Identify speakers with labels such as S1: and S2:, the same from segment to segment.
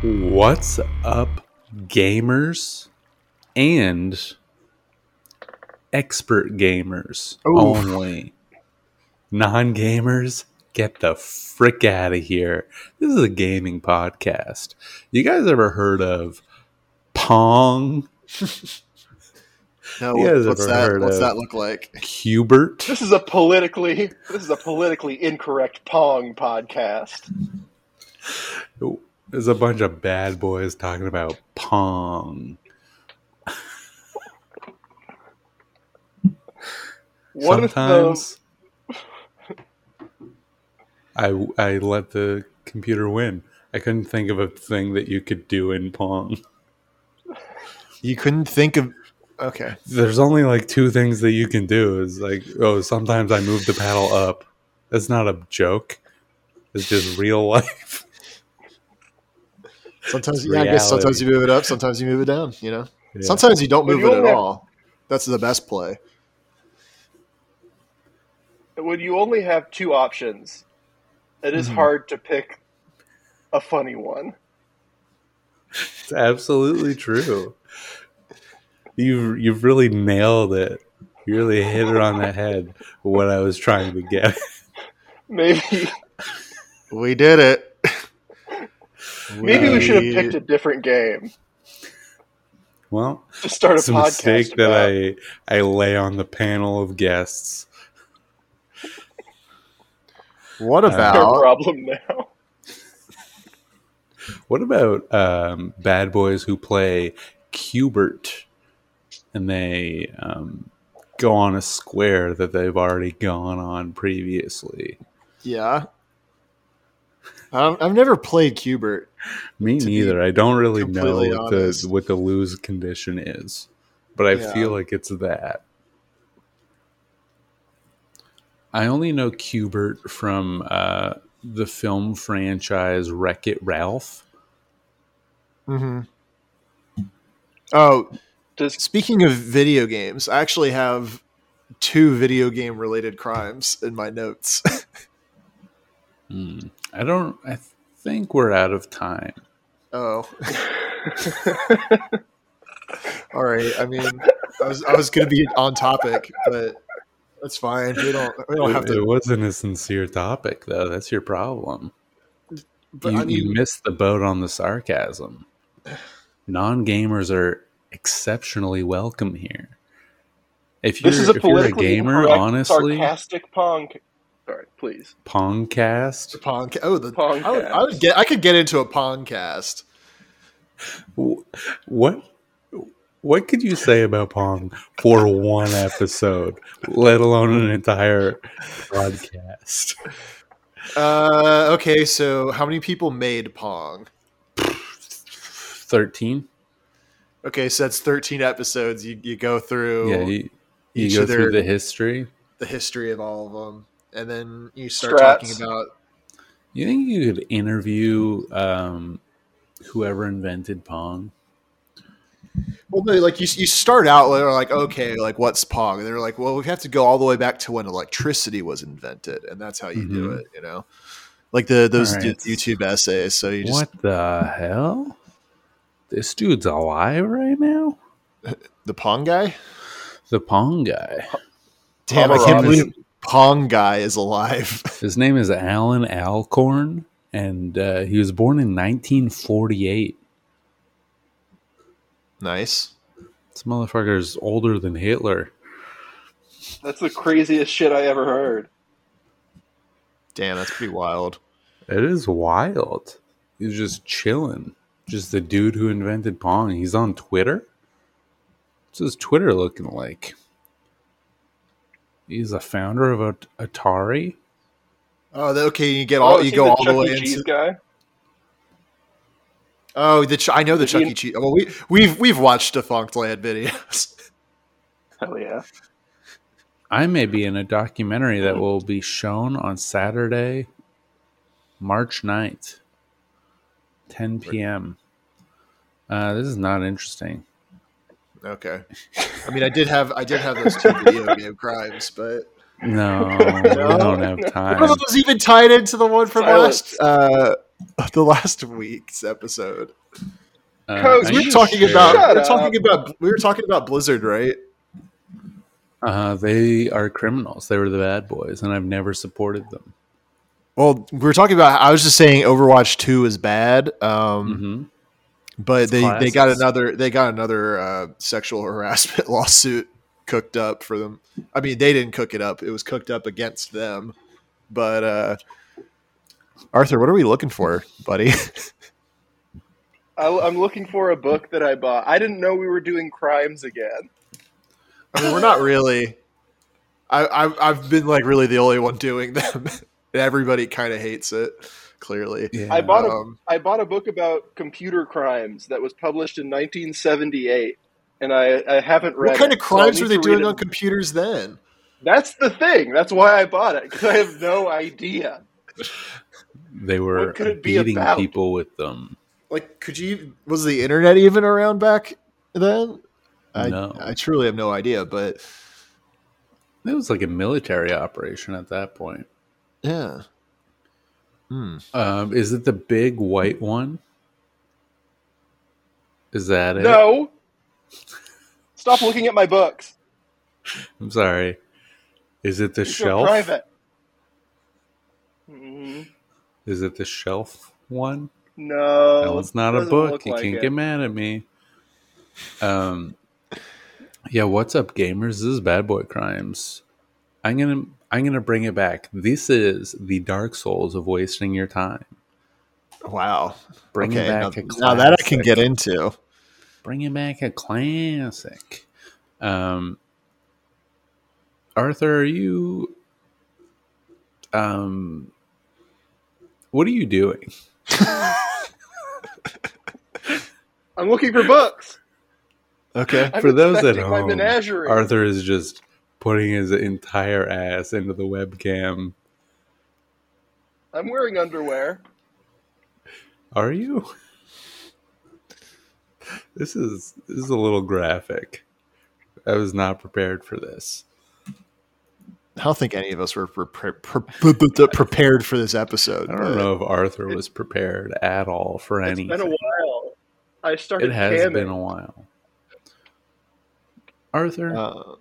S1: What's up, gamers and expert gamers
S2: Oof.
S1: only? Non gamers, get the frick out of here. This is a gaming podcast. You guys ever heard of Pong
S2: No,
S1: You guys
S2: what's
S1: ever
S2: that?
S1: heard
S2: What's
S1: of-
S2: that look like?
S1: Cubert?
S3: This is a politically this is a politically incorrect Pong podcast.
S1: There's a bunch of bad boys talking about Pong.
S3: What if the,
S1: Sometimes I I let the computer win. I couldn't think of a thing that you could do in Pong.
S2: You couldn't think of. Okay.
S1: There's only like two things that you can do. Is like oh, sometimes I move the paddle up. That's not a joke. It's just real life.
S2: Sometimes, yeah, I guess sometimes
S1: Reality.
S2: you move it up, sometimes you move it down. You know,
S1: Yeah.
S2: sometimes you don't
S3: But
S2: move
S3: you
S2: it at
S3: only have-
S2: all. That's the best play.
S3: when you only have two options, it is
S1: Mhm.
S3: hard to pick a funny one.
S1: It's absolutely true. You've you've really nailed it. You really hit it on the head. What I was trying to get.
S3: Maybe
S2: We did it.
S3: maybe we should have picked a different game
S1: Well,
S3: to start a
S1: it's a
S3: podcast.
S1: mistake
S3: about.
S1: that I I lay on the panel of guests.
S2: What
S3: our
S2: about?
S3: problem now.
S1: What about um, bad boys who play Cubert and they um, go on a square that they've already gone on previously?
S2: yeah. Um, I've never played Cubert.
S1: Me
S2: To be
S1: neither. I don't really know
S2: completely
S1: what the,
S2: honest.
S1: what the lose condition is, but I
S2: Yeah.
S1: feel like it's that. I only know Cubert from uh, the film franchise Wreck It Ralph.
S2: Mm-hmm. Oh,
S3: Does
S2: speaking of video games, I actually have two video game related crimes in my notes.
S1: Hmm. I don't. I think we're out of time.
S2: Oh. All right. I mean, I was I was gonna be on topic, but that's fine. We don't we don't
S1: It,
S2: have
S1: it
S2: to.
S1: wasn't a sincere topic, though. That's your problem.
S2: But
S1: you,
S2: I
S1: you
S2: mean,
S1: missed the boat on the sarcasm. Non gamers are exceptionally welcome here. If you're,
S3: this is a
S1: if you're a
S3: politically
S1: gamer,
S3: incorrect,
S1: honestly,
S3: sarcastic Pong. Sorry, please.
S1: Pongcast.
S2: pong. ca- Oh, the
S3: Pong
S2: I would, I would
S3: cast.
S2: get. I could get into a pong cast.
S1: Wh- What what could you say about Pong for one episode, let alone an entire broadcast?
S2: Uh, okay. So, how many people made pong?
S1: Thirteen.
S2: Okay, so that's thirteen episodes. You you go through
S1: Yeah, you, you
S2: each
S1: go
S2: of
S1: through the
S2: their-
S1: history.
S2: the history of all of them, and then you start
S3: Strats.
S2: talking about.
S1: You think you could interview um, whoever invented Pong?
S2: Well, no, like you, you start out they're like, okay, like what's Pong? And they're like, well, we have to go all the way back to when electricity was invented, and that's how you do
S1: Mhm.
S2: it, you know. Like the those
S1: All
S2: du-
S1: right.
S2: YouTube essays. So you just
S1: What the hell? This dude's alive right now?
S2: the Pong guy.
S1: The Pong guy.
S2: Damn, I can't
S3: Hammurabi.
S2: believe Pong guy is alive.
S1: His name is Alan Alcorn, and uh, he was born in 1948.
S2: nice.
S1: This motherfucker's older than Hitler.
S3: That's the craziest shit I ever heard.
S2: Damn, that's pretty wild.
S1: It is wild. He's just chilling. Just the dude who invented Pong. He's on Twitter. What's his Twitter looking like? He's a founder of At- Atari.
S2: Oh, the- okay. You get all
S3: is
S2: you
S3: he
S2: go all
S3: Chuck
S2: the
S3: E.
S2: way
S3: Cheese
S2: into.
S3: guy.
S2: Oh, the Ch- I know the
S3: Is he
S2: Chuck
S3: in-
S2: E. Cheese. Well, we we've we've watched Defunct Land videos.
S3: Hell yeah.
S1: I may be in a documentary that will be shown on Saturday, March 9th, 10 p.m. Uh, this is not interesting.
S2: okay. I mean, I did have I did have those two video game crimes, but.
S1: No, we don't have time.
S2: One of those even tied into the one from
S3: Silence.
S2: last uh, the last week's episode.
S1: Uh,
S3: Coach,
S1: I
S2: We were
S1: should
S2: talking
S1: share-
S2: about we
S3: Shut
S2: were
S3: up.
S2: talking about we were talking about Blizzard, right?
S1: Uh, they are criminals. They were the bad boys, and I've never supported them.
S2: Well, we were talking about. I was just saying Overwatch Two is bad, um,
S1: hmm
S2: but they, they
S1: classes.
S2: got another they got another uh, sexual harassment lawsuit cooked up for them. I mean, they didn't cook it up; it was cooked up against them. But uh, Arthur, what are we looking for, buddy?
S3: I, I'm looking for a book that I bought. I didn't know we were doing crimes again.
S2: I mean, we're not really. I, I I've been like really the only one doing them, and everybody kind of hates it. Clearly,
S1: Yeah.
S3: I bought a
S2: Um,
S3: I bought a book about computer crimes that was published in 1978, and I, I haven't read.
S2: what kind
S3: it,
S2: of
S3: so I
S2: crimes
S3: need
S2: were they
S3: to read
S2: doing
S3: it.
S2: on computers then?
S3: That's the thing. That's why I bought it because I have no idea.
S1: they were
S3: What could it be
S1: beating
S3: about?
S1: people with them.
S2: like could you was the internet even around back then i
S1: No.
S2: i truly have no idea but
S1: It was like a military operation at that point.
S2: yeah hmm.
S1: Um, is it the big white one? Is that it?
S3: No. Stop looking at my books.
S1: I'm sorry. Is it the
S3: These are
S1: shelf?
S3: private. Mm,
S1: Is it the shelf one?
S3: No,
S1: Well, it's not a
S3: doesn't
S1: book.
S3: look
S1: You
S3: like
S1: can't
S3: it.
S1: get mad at me. Um, yeah. What's up, gamers? This is Bad Boy Crimes. I'm gonna I'm gonna bring it back. This is the Dark Souls of wasting your time.
S2: wow
S1: Bring
S2: okay
S1: back
S2: now,
S1: a classic.
S2: now that i can get into
S1: Bringing back a classic. Um, Arthur, are you? Um, what are you doing?
S3: I'm looking for books.
S2: okay
S3: I'm
S1: For those at
S3: inspecting my
S1: home,
S3: menagerie.
S1: Arthur is just putting his entire ass into the webcam.
S3: I'm wearing underwear.
S1: Are you? This is this is a little graphic. I was not prepared for this.
S2: i don't think any of us were pre- pre- pre- pre- pre- prepared for this episode
S1: I
S2: but-
S1: don't know if Arthur was prepared at all for
S3: It's
S1: anything.
S3: been a while. I started
S1: It has
S3: camming.
S1: been a while. Arthur,
S2: uh,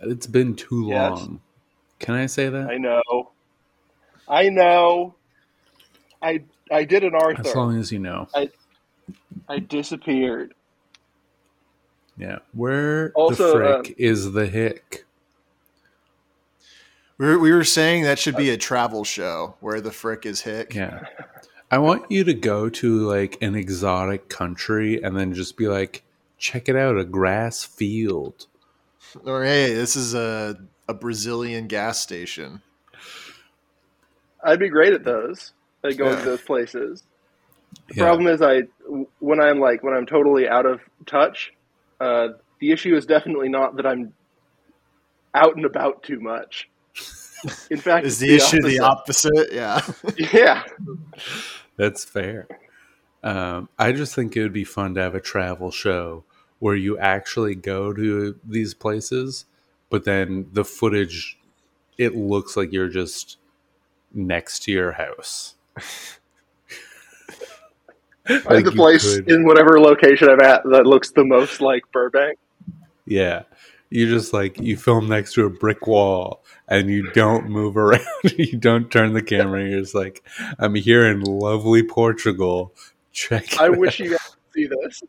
S1: it's been too
S3: Yes.
S1: long. Can I say that?
S3: I know. I know. I I did an
S1: As
S3: Arthur.
S1: long as you know.
S3: I disappeared.
S1: Yeah. Where
S3: Also, uh,
S1: the frick is the hick?
S2: we, were, we were saying that should be a travel show where the frick is hick
S1: Uh, Yeah. I want you to go to like an exotic country and then just be like, check it out, a grass field.
S2: or hey this is a a brazilian gas station
S3: I'd be great at those. At going
S2: Yeah.
S3: to those places.
S1: Yeah.
S3: Problem is, I when I'm like when I'm totally out of touch. Uh, the issue is definitely not that I'm out and about too much. In fact, it's
S2: is the issue the opposite yeah
S3: opposite. yeah,
S1: That's fair. Um, I just think it would be fun to have a travel show where you actually go to these places, but then the footage, it looks like you're just next to your house. Like
S3: the
S1: you
S3: place
S1: could-
S3: in whatever location I'm at that looks the most like Burbank.
S1: Yeah. You just like you film next to a brick wall and you don't move around. you don't turn the camera. You're just like, I'm here in lovely Portugal. Check. it
S3: I
S1: out."
S3: wish you guys could see this.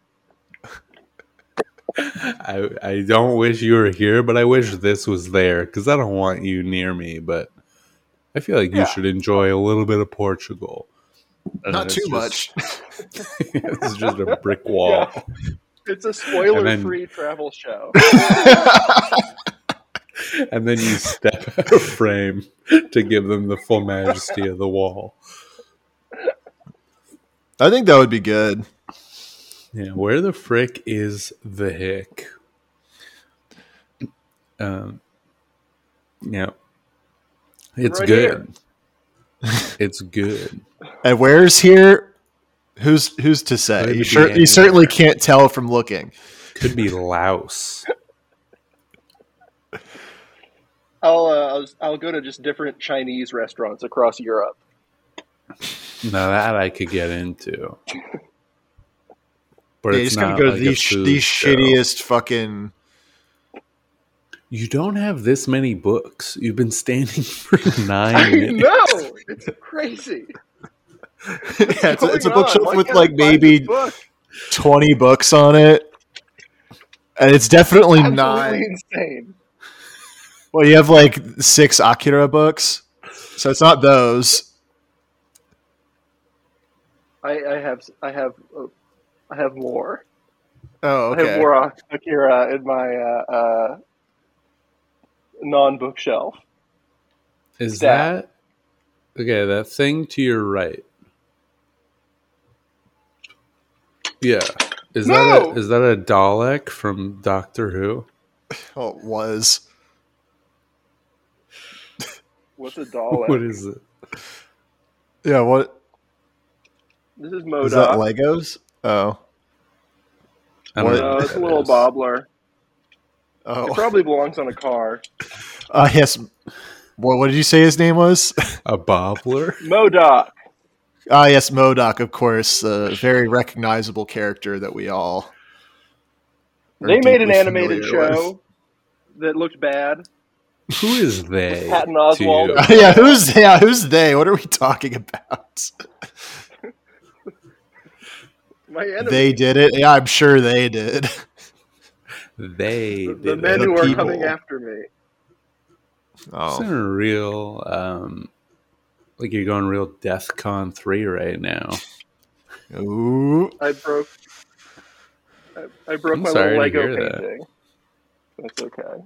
S1: I, I don't wish you were here, but I wish this was there because I don't want you near me. But I feel like
S2: Yeah.
S1: you should enjoy a little bit of Portugal. And
S2: not
S1: it's
S2: too
S1: just-
S2: much
S1: it's just a brick wall.
S3: It's a spoiler-free travel show.
S1: and then you step out of frame to give them the full majesty of the wall.
S2: I think that would be good.
S1: Yeah, where the frick is the hick? Um, yeah, it's
S3: Right
S1: good. it's good.
S2: And where's here? Who's who's to say?
S1: Could
S2: You,
S1: be
S2: cer- you certainly
S1: anywhere.
S2: can't tell from looking.
S1: Could be Laos.
S3: I'll, uh, I'll I'll go to just different Chinese restaurants across Europe.
S1: Now that I could get into. Where
S2: yeah, you
S1: it's
S2: just gotta
S1: not
S2: go to
S1: like a
S2: the, sh-
S1: food
S2: the
S1: show.
S2: shittiest fucking.
S1: You don't have this many books. You've been standing for
S3: I
S1: nine minutes.
S3: know it's crazy. Oh
S2: Yeah, it's,
S1: Oh
S2: a,
S3: What's
S2: it's a
S3: going on?
S2: bookshelf
S3: Why
S2: with
S3: can't I
S2: like
S3: find this
S2: maybe
S3: book?
S2: twenty books on it, and it's definitely not.
S3: Absolutely insane.
S2: Well, you have like six Akira books, so it's not those.
S3: I, I have I have uh, I have more.
S2: Oh,
S3: I have
S2: okay.
S3: more Ak- Akira in my uh, uh, non bookshelf.
S1: Is
S3: That.
S1: that okay? That thing to your right. Yeah. Is
S3: No!
S1: that a, is that a Dalek from Doctor Who?
S2: Oh, it was
S3: What's a Dalek?
S1: What is it?
S2: yeah. What
S3: this is
S2: is
S3: Modoc.
S2: that? Legos? Oh,
S1: I don't
S2: What?
S1: know
S3: no,
S1: what
S3: it's a
S1: that
S3: little
S1: is.
S3: bobbler. It
S2: oh,
S3: probably belongs on a car.
S2: uh, yes. What, what did you say his name was?
S1: A bobbler.
S3: Modoc.
S2: Ah, yes, Modoc, of course, a very recognizable character that we all. are
S3: They made an
S2: deeply
S3: animated
S2: familiar with.
S3: show that looked bad.
S1: Who is they?
S3: Patton
S1: to
S3: Oswalt.
S1: you?
S2: yeah, who's yeah, who's they? What are we talking about?
S3: My enemy.
S2: They did it. Yeah, I'm sure they did.
S1: They.
S3: the, the
S1: did
S3: men
S1: it.
S2: The
S3: who are
S2: people.
S3: coming after me.
S2: Oh.
S1: It's in a real, um, like you're going real Death Con 3 right now.
S2: Ooh.
S3: I broke. I, I broke
S1: I'm
S3: my
S1: sorry
S3: little
S1: to
S3: Lego
S1: hear that.
S3: painting. That's okay.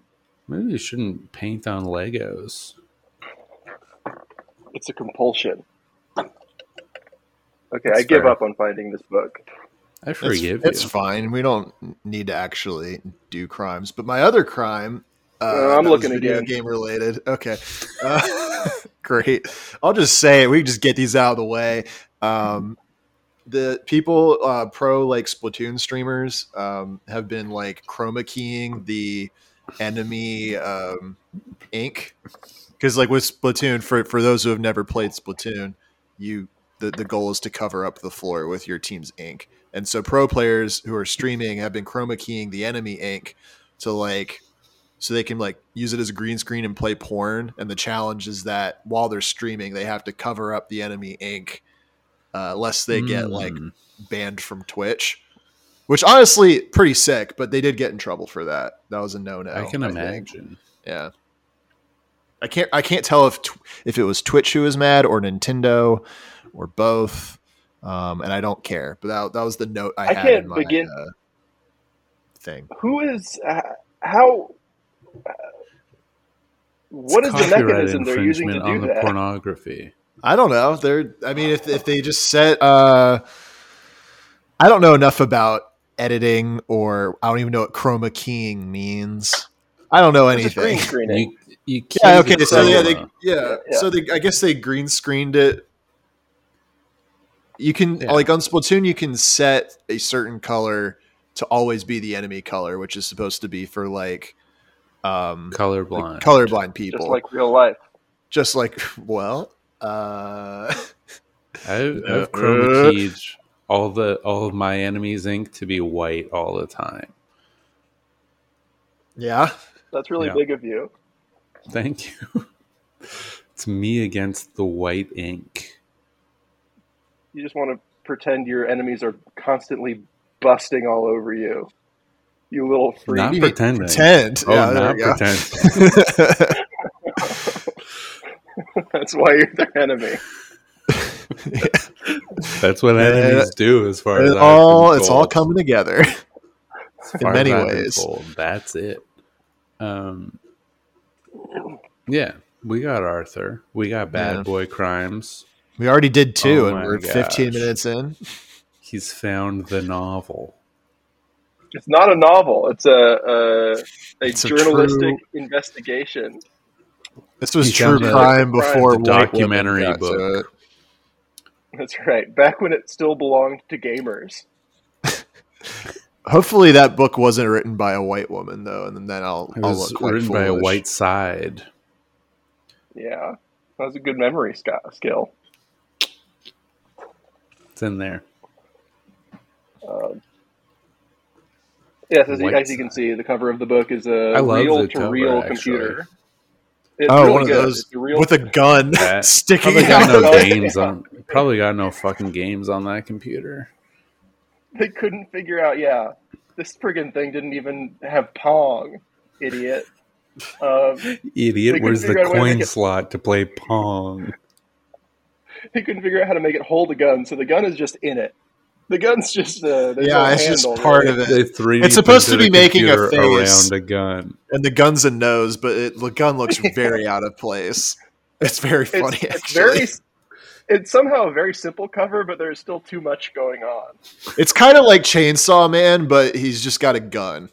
S1: Maybe you shouldn't paint on Legos.
S3: It's a compulsion. Okay, I
S1: That's
S3: give
S1: fair.
S3: up on finding this book.
S1: I
S2: It's,
S1: forgive
S2: it's
S1: you.
S2: fine. We don't need to actually do crimes. But my other crime. Uh,
S3: Uh, I'm
S2: that was
S3: looking
S2: video
S3: again.
S2: Game related. Okay. Uh, great. I'll just say it. We can just get these out of the way. Um, the people uh, pro like Splatoon streamers um, have been like chroma keying the enemy um, ink because like with Splatoon for for those who have never played Splatoon, you the, the goal is to cover up the floor with your team's ink, and so pro players who are streaming have been chroma keying the enemy ink to like so they can like use it as a green screen and play porn and the challenge is that while they're streaming they have to cover up the enemy ink uh, lest they get like
S1: Mm.
S2: banned from twitch which honestly pretty sick but they did get in trouble for that that was a no-no
S1: I can
S2: think.
S1: imagine.
S2: yeah i can't i can't tell if tw- if it was twitch who was mad or nintendo or both um, and i don't care but that, that was the note i,
S3: I
S2: had
S3: can't
S2: in my
S3: begin-
S2: uh, thing
S3: Who is uh, how? uh, What is the
S1: Copyright
S3: mechanism they're using to
S1: infringement
S3: do
S1: on the
S3: that?
S1: pornography?
S2: I don't know. They're. I mean, if if they just set. Uh, I don't know enough about editing, or I don't even know what chroma keying means. I don't know
S3: It's a green
S2: anything.
S3: screening.
S1: You, you
S2: Yeah.
S1: key
S2: Okay.
S1: the
S2: So yeah, they,
S1: chroma.
S2: yeah.
S3: Yeah.
S2: So they, I guess they green screened it. You can
S1: Yeah.
S2: like on Splatoon, you can set a certain color to always be the enemy color, which is supposed to be for like, um,
S1: colorblind.
S2: like colorblind people.
S3: Just like real life.
S2: just like well, uh.
S1: I've,
S2: Uh,
S1: I've chroma keyed all the all of my enemies' ink to be white all the time.
S2: Yeah.
S3: That's really
S1: Yeah.
S3: big of you.
S1: Thank you. it's me against the white ink.
S3: You just want to pretend your enemies are constantly busting all over you. You little freak.
S1: Not
S2: mean
S1: pretending.
S2: Pretend.
S1: Oh,
S2: yeah, there
S1: not
S2: we go.
S1: pretend.
S3: That's why you're their enemy.
S1: That's what enemies do, as far as
S2: It
S1: I've
S2: all
S1: been
S2: it's all
S1: told.
S2: coming together.
S1: As far as
S2: many
S1: I've been
S2: ways.
S1: told, That's it. Um, yeah, we got Arthur. We got Bad
S2: Yeah.
S1: Boy Crimes.
S2: We already did
S1: Oh
S2: two, and
S1: my
S2: we're 15
S1: gosh.
S2: minutes in.
S1: He's found the novel.
S3: It's not a novel. It's a a, a
S2: It's a
S3: journalistic
S2: true-
S3: investigation.
S2: This was
S1: He
S2: true
S1: found a-
S2: crime before
S1: The
S2: white women
S1: documentary
S2: got to
S1: book.
S2: it.
S3: That's right. Back when it still belonged to gamers.
S2: Hopefully, that book wasn't written by a white woman though, and then I'll,
S1: It
S2: I'll
S1: was
S2: look like
S1: written by a
S2: foolish.
S1: white side.
S3: Yeah, that was a good memory sc- skill.
S1: It's in there.
S3: Um, Yes, as, you,
S1: White
S3: as you can see, the cover of the book is
S1: I
S3: a
S1: love the
S3: real to
S1: cover,
S3: real
S1: actually.
S3: computer. It's
S2: Oh,
S3: really
S2: one of
S3: good.
S2: those
S3: It's a real
S2: with a gun
S1: That-
S2: sticking
S1: Probably got
S2: out.
S1: no
S3: Oh, yeah.
S1: games on. Probably got no fucking games on that computer.
S3: they couldn't figure out. Yeah, this friggin' thing didn't even have Pong, idiot. Um, They
S1: Idiot,
S3: couldn't
S1: where's the
S3: figure out a way to
S1: coin
S3: make it-
S1: slot to play Pong?
S3: they couldn't figure out how to make it hold a gun, so the gun is just in it. The gun's just uh, there's no
S2: yeah, it's just
S3: handle,
S2: part
S3: really.
S2: of it.
S1: They 3D
S2: It's supposed to
S1: printed
S2: be making a
S1: computer
S2: face.
S1: around a gun.
S2: And the gun's a nose, but it, the gun looks very out of place. It's very funny,
S3: It's, it's
S2: actually.
S3: very. It's somehow a very simple cover, but there's still too much going on.
S2: It's kind of like Chainsaw Man, but he's just got a gun.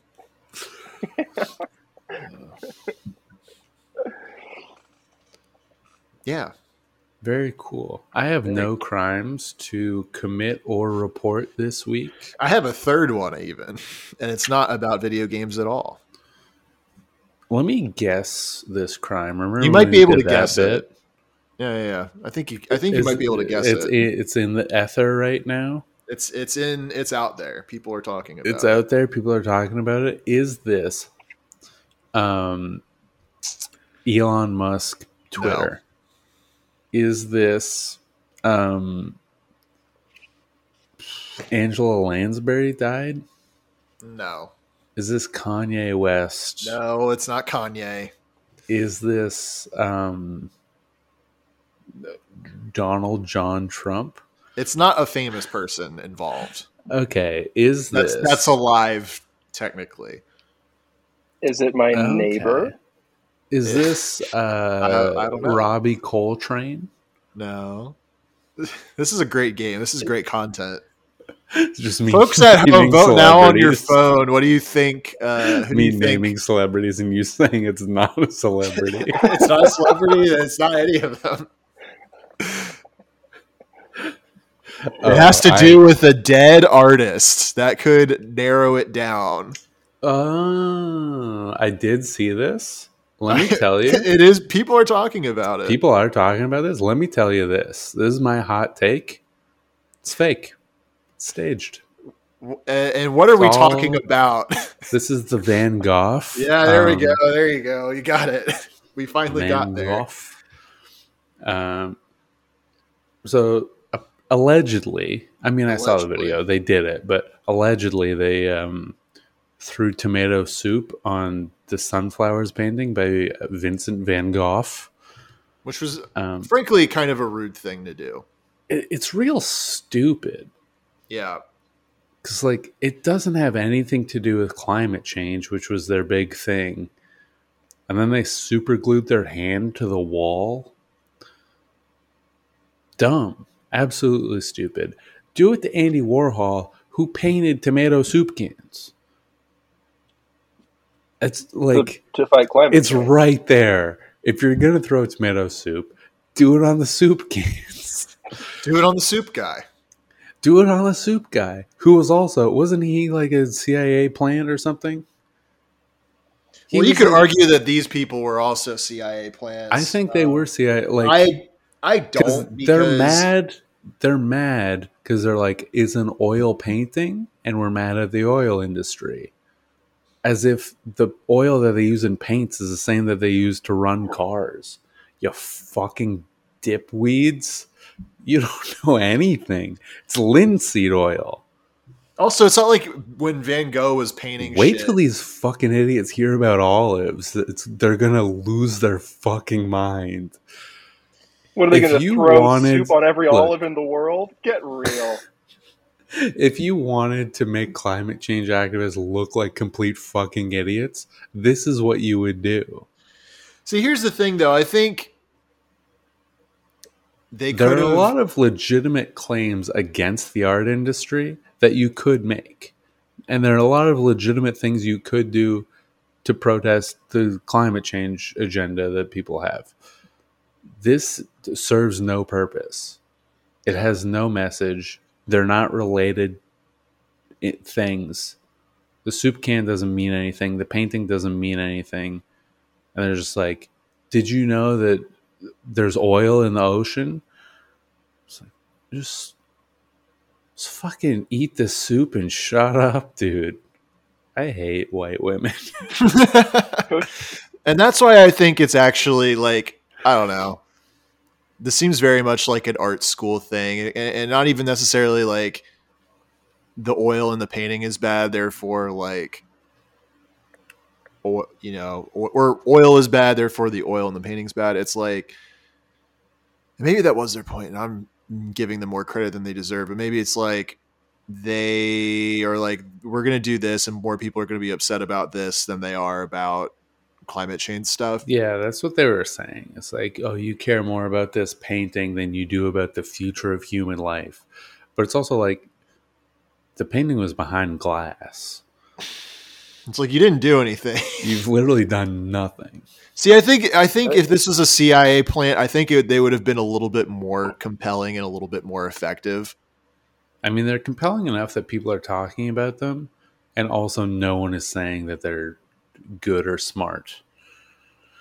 S2: yeah.
S1: Very cool. I have no crimes to commit or report this week.
S2: I have a third one, even, and it's not about video games at all.
S1: Let me guess this crime. Remember,
S2: You might
S1: when
S2: be
S1: we
S2: able
S1: did
S2: to
S1: that
S2: guess it.
S1: bit?
S2: Yeah, yeah, yeah. I think you, I think you
S1: It's-
S2: might be able to guess
S1: it's,
S2: it.
S1: It's in the ether right now.
S2: It's it's in it's out there. People are talking about
S1: It's
S2: it.
S1: out there. People are talking about it. Is this, um, Elon Musk Twitter? Is this, um, Angela Lansbury died?
S2: No,
S1: Is this Kanye West?
S2: no, it's not Kanye.
S1: is this um, Donald John Trump?
S2: It's not a famous person involved.
S1: Okay, is
S2: That's
S1: this
S2: that's alive technically.
S3: Is it my
S1: Okay.
S3: neighbor?
S1: Is this uh,
S2: I don't know.
S1: Robbie Coltrane?
S2: No, this is a great game. This is great content.
S1: Just me
S2: Folks at home,
S1: naming
S2: vote now on your
S1: celebrities.
S2: phone. What do you think? Uh, who do
S1: Me
S2: you think?
S1: naming celebrities and you saying it's not a celebrity.
S2: it's not a celebrity. It's not any of them.
S1: Oh,
S2: it has to
S1: I-
S2: do with a dead artist. That could narrow it down.
S1: Oh, I did see this. Let me tell you.
S2: It is. People are talking about it.
S1: People are talking about this. Let me tell you this. This is my hot take. It's fake. It's staged.
S2: W- And and what are we
S1: It's all-
S2: talking about?
S1: This is the Van Gogh.
S2: yeah, there we
S1: um,
S2: go. There you go. You got it. We finally got
S1: Van
S2: there.
S1: Gogh. Um, so a- allegedly, I mean, I saw the
S2: Allegedly.
S1: video. They did it, but allegedly they um, threw tomato soup on the sunflowers painting by Vincent Van Gogh.
S2: Which was,
S1: Um,
S2: frankly, kind of a rude thing to do.
S1: it, it's real stupid.
S2: Yeah.
S1: because like it doesn't have anything to do with climate change which was their big thing and then they super glued their hand to the wall dumb absolutely stupid do it to andy warhol who painted tomato soup cans it's like
S3: to, to fight climate.
S1: it's
S3: change.
S1: right there if you're gonna throw tomato soup do it on the soup cans
S2: Do it on the soup guy.
S1: do it on the soup guy who was also wasn't he like a cia plant or something He
S2: well, you
S1: was
S2: could
S1: like-
S2: argue that these people were also CIA plans.
S1: i think they
S2: Um,
S1: were cia like
S2: I I
S1: 'cause
S2: don't.
S1: they're
S2: because-
S1: mad they're mad because they're like is an oil painting and we're mad at the oil industry as if the oil that they use in paints is the same that they use to run cars you fucking dipweeds you don't know anything it's linseed oil
S2: Also, it's not like when Van Gogh was painting.
S1: Wait
S2: shit.
S1: till these fucking idiots hear about olives. It's, they're gonna lose their fucking mind.
S3: What are they
S1: if
S3: going to
S1: you
S3: throw
S1: wanted-
S3: soup on every
S1: look.
S3: olive in the world? Get real.
S1: If you wanted to make climate change activists look like complete fucking idiots, this is what you would do.
S2: See, here's the thing, though. I think they
S1: There
S2: could
S1: are a
S2: have.
S1: lot of legitimate claims against the art industry that you could make. And there are a lot of legitimate things you could do to protest the climate change agenda that people have. This serves no purpose. It has no message. They're not related i- things. The soup can doesn't mean anything. The painting doesn't mean anything. And they're just like, did you know that there's oil in the ocean? It's like, just, just fucking eat the soup and shut up, dude. I hate white women.
S2: and that's why I think it's actually like I don't know. This seems very much like an art school thing, and, and not even necessarily like the oil in the painting is bad. Therefore, like, or you know, or, or oil is bad. Therefore, the oil in the painting's bad. It's like maybe that was their point, and I'm giving them more credit than they deserve. But maybe it's like they are like we're going to do this and more people are going to be upset about this than they are about climate change stuff
S1: yeah, that's what they were saying. It's like, oh, you care more about this painting than you do about the future of human life. But it's also like the painting was behind glass.
S2: it's like you didn't do anything
S1: You've literally done nothing.
S2: see i think i think if this was a cia plant i think it, they would have been a little bit more compelling and a little bit more effective
S1: I mean, they're compelling enough that people are talking about them, and also no one is saying that they're good or smart.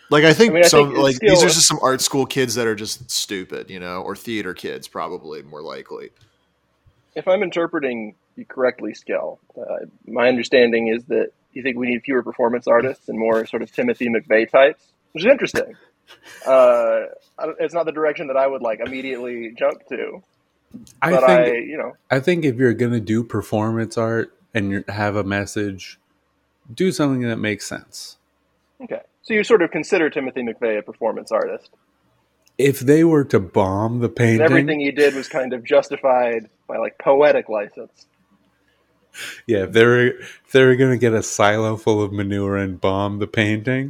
S2: like i think
S3: I mean, I
S2: some
S3: think it's
S2: like
S3: still-
S2: these are just some art school kids that are just stupid you know or theater kids probably more likely
S3: If I'm interpreting you correctly, Skell, uh, my understanding is that you think we need fewer performance artists and more sort of Timothy McVeigh types, which is interesting. Uh, I don't- it's not the direction that I would like immediately jump to,
S1: I
S3: but I,
S1: think
S3: you know,
S1: I think if you're going to do performance art and you have a message, do something that makes sense.
S3: okay. So you sort of consider Timothy McVeigh a performance artist.
S1: If they were to bomb the
S3: And
S1: painting,
S3: everything he did was kind of justified by like poetic license.
S1: yeah, if they were if they were going to get a silo full of manure and bomb the painting,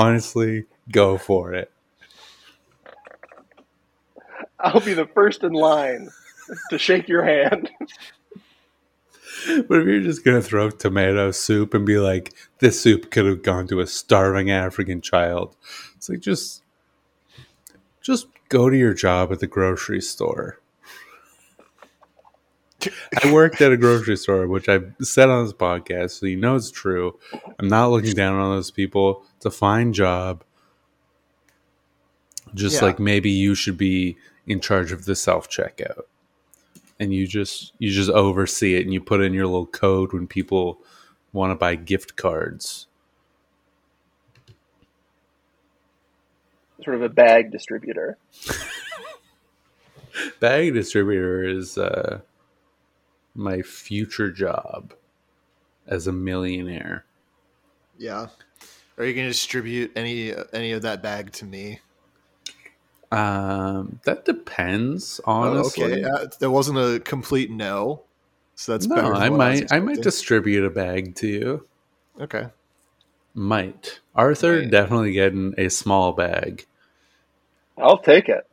S1: honestly, go for it.
S3: I'll be the first in line to shake your hand.
S1: But if you're just gonna throw tomato soup and be like, this soup could have gone to a starving African child, it's like just just go to your job at the grocery store. I worked at a grocery store, which I've said on this podcast, so you know it's true. I'm not looking down on those people. It's a fine job. Just
S2: Yeah.
S1: like maybe you should be in charge of the self checkout and you just you just oversee it and you put in your little code when people want to buy gift cards
S3: Sort of a bag distributor.
S1: bag distributor is uh my future job as a millionaire
S2: yeah are you going to distribute any any of that bag to me
S1: um that depends
S2: Oh,
S1: honestly
S2: okay uh, that wasn't a complete no so that's
S1: no
S2: better than
S1: i
S2: what was
S1: might i might
S2: expecting.
S1: distribute a bag to you
S2: okay
S1: might arthur
S2: Might.
S1: definitely getting a small bag
S3: I'll take it.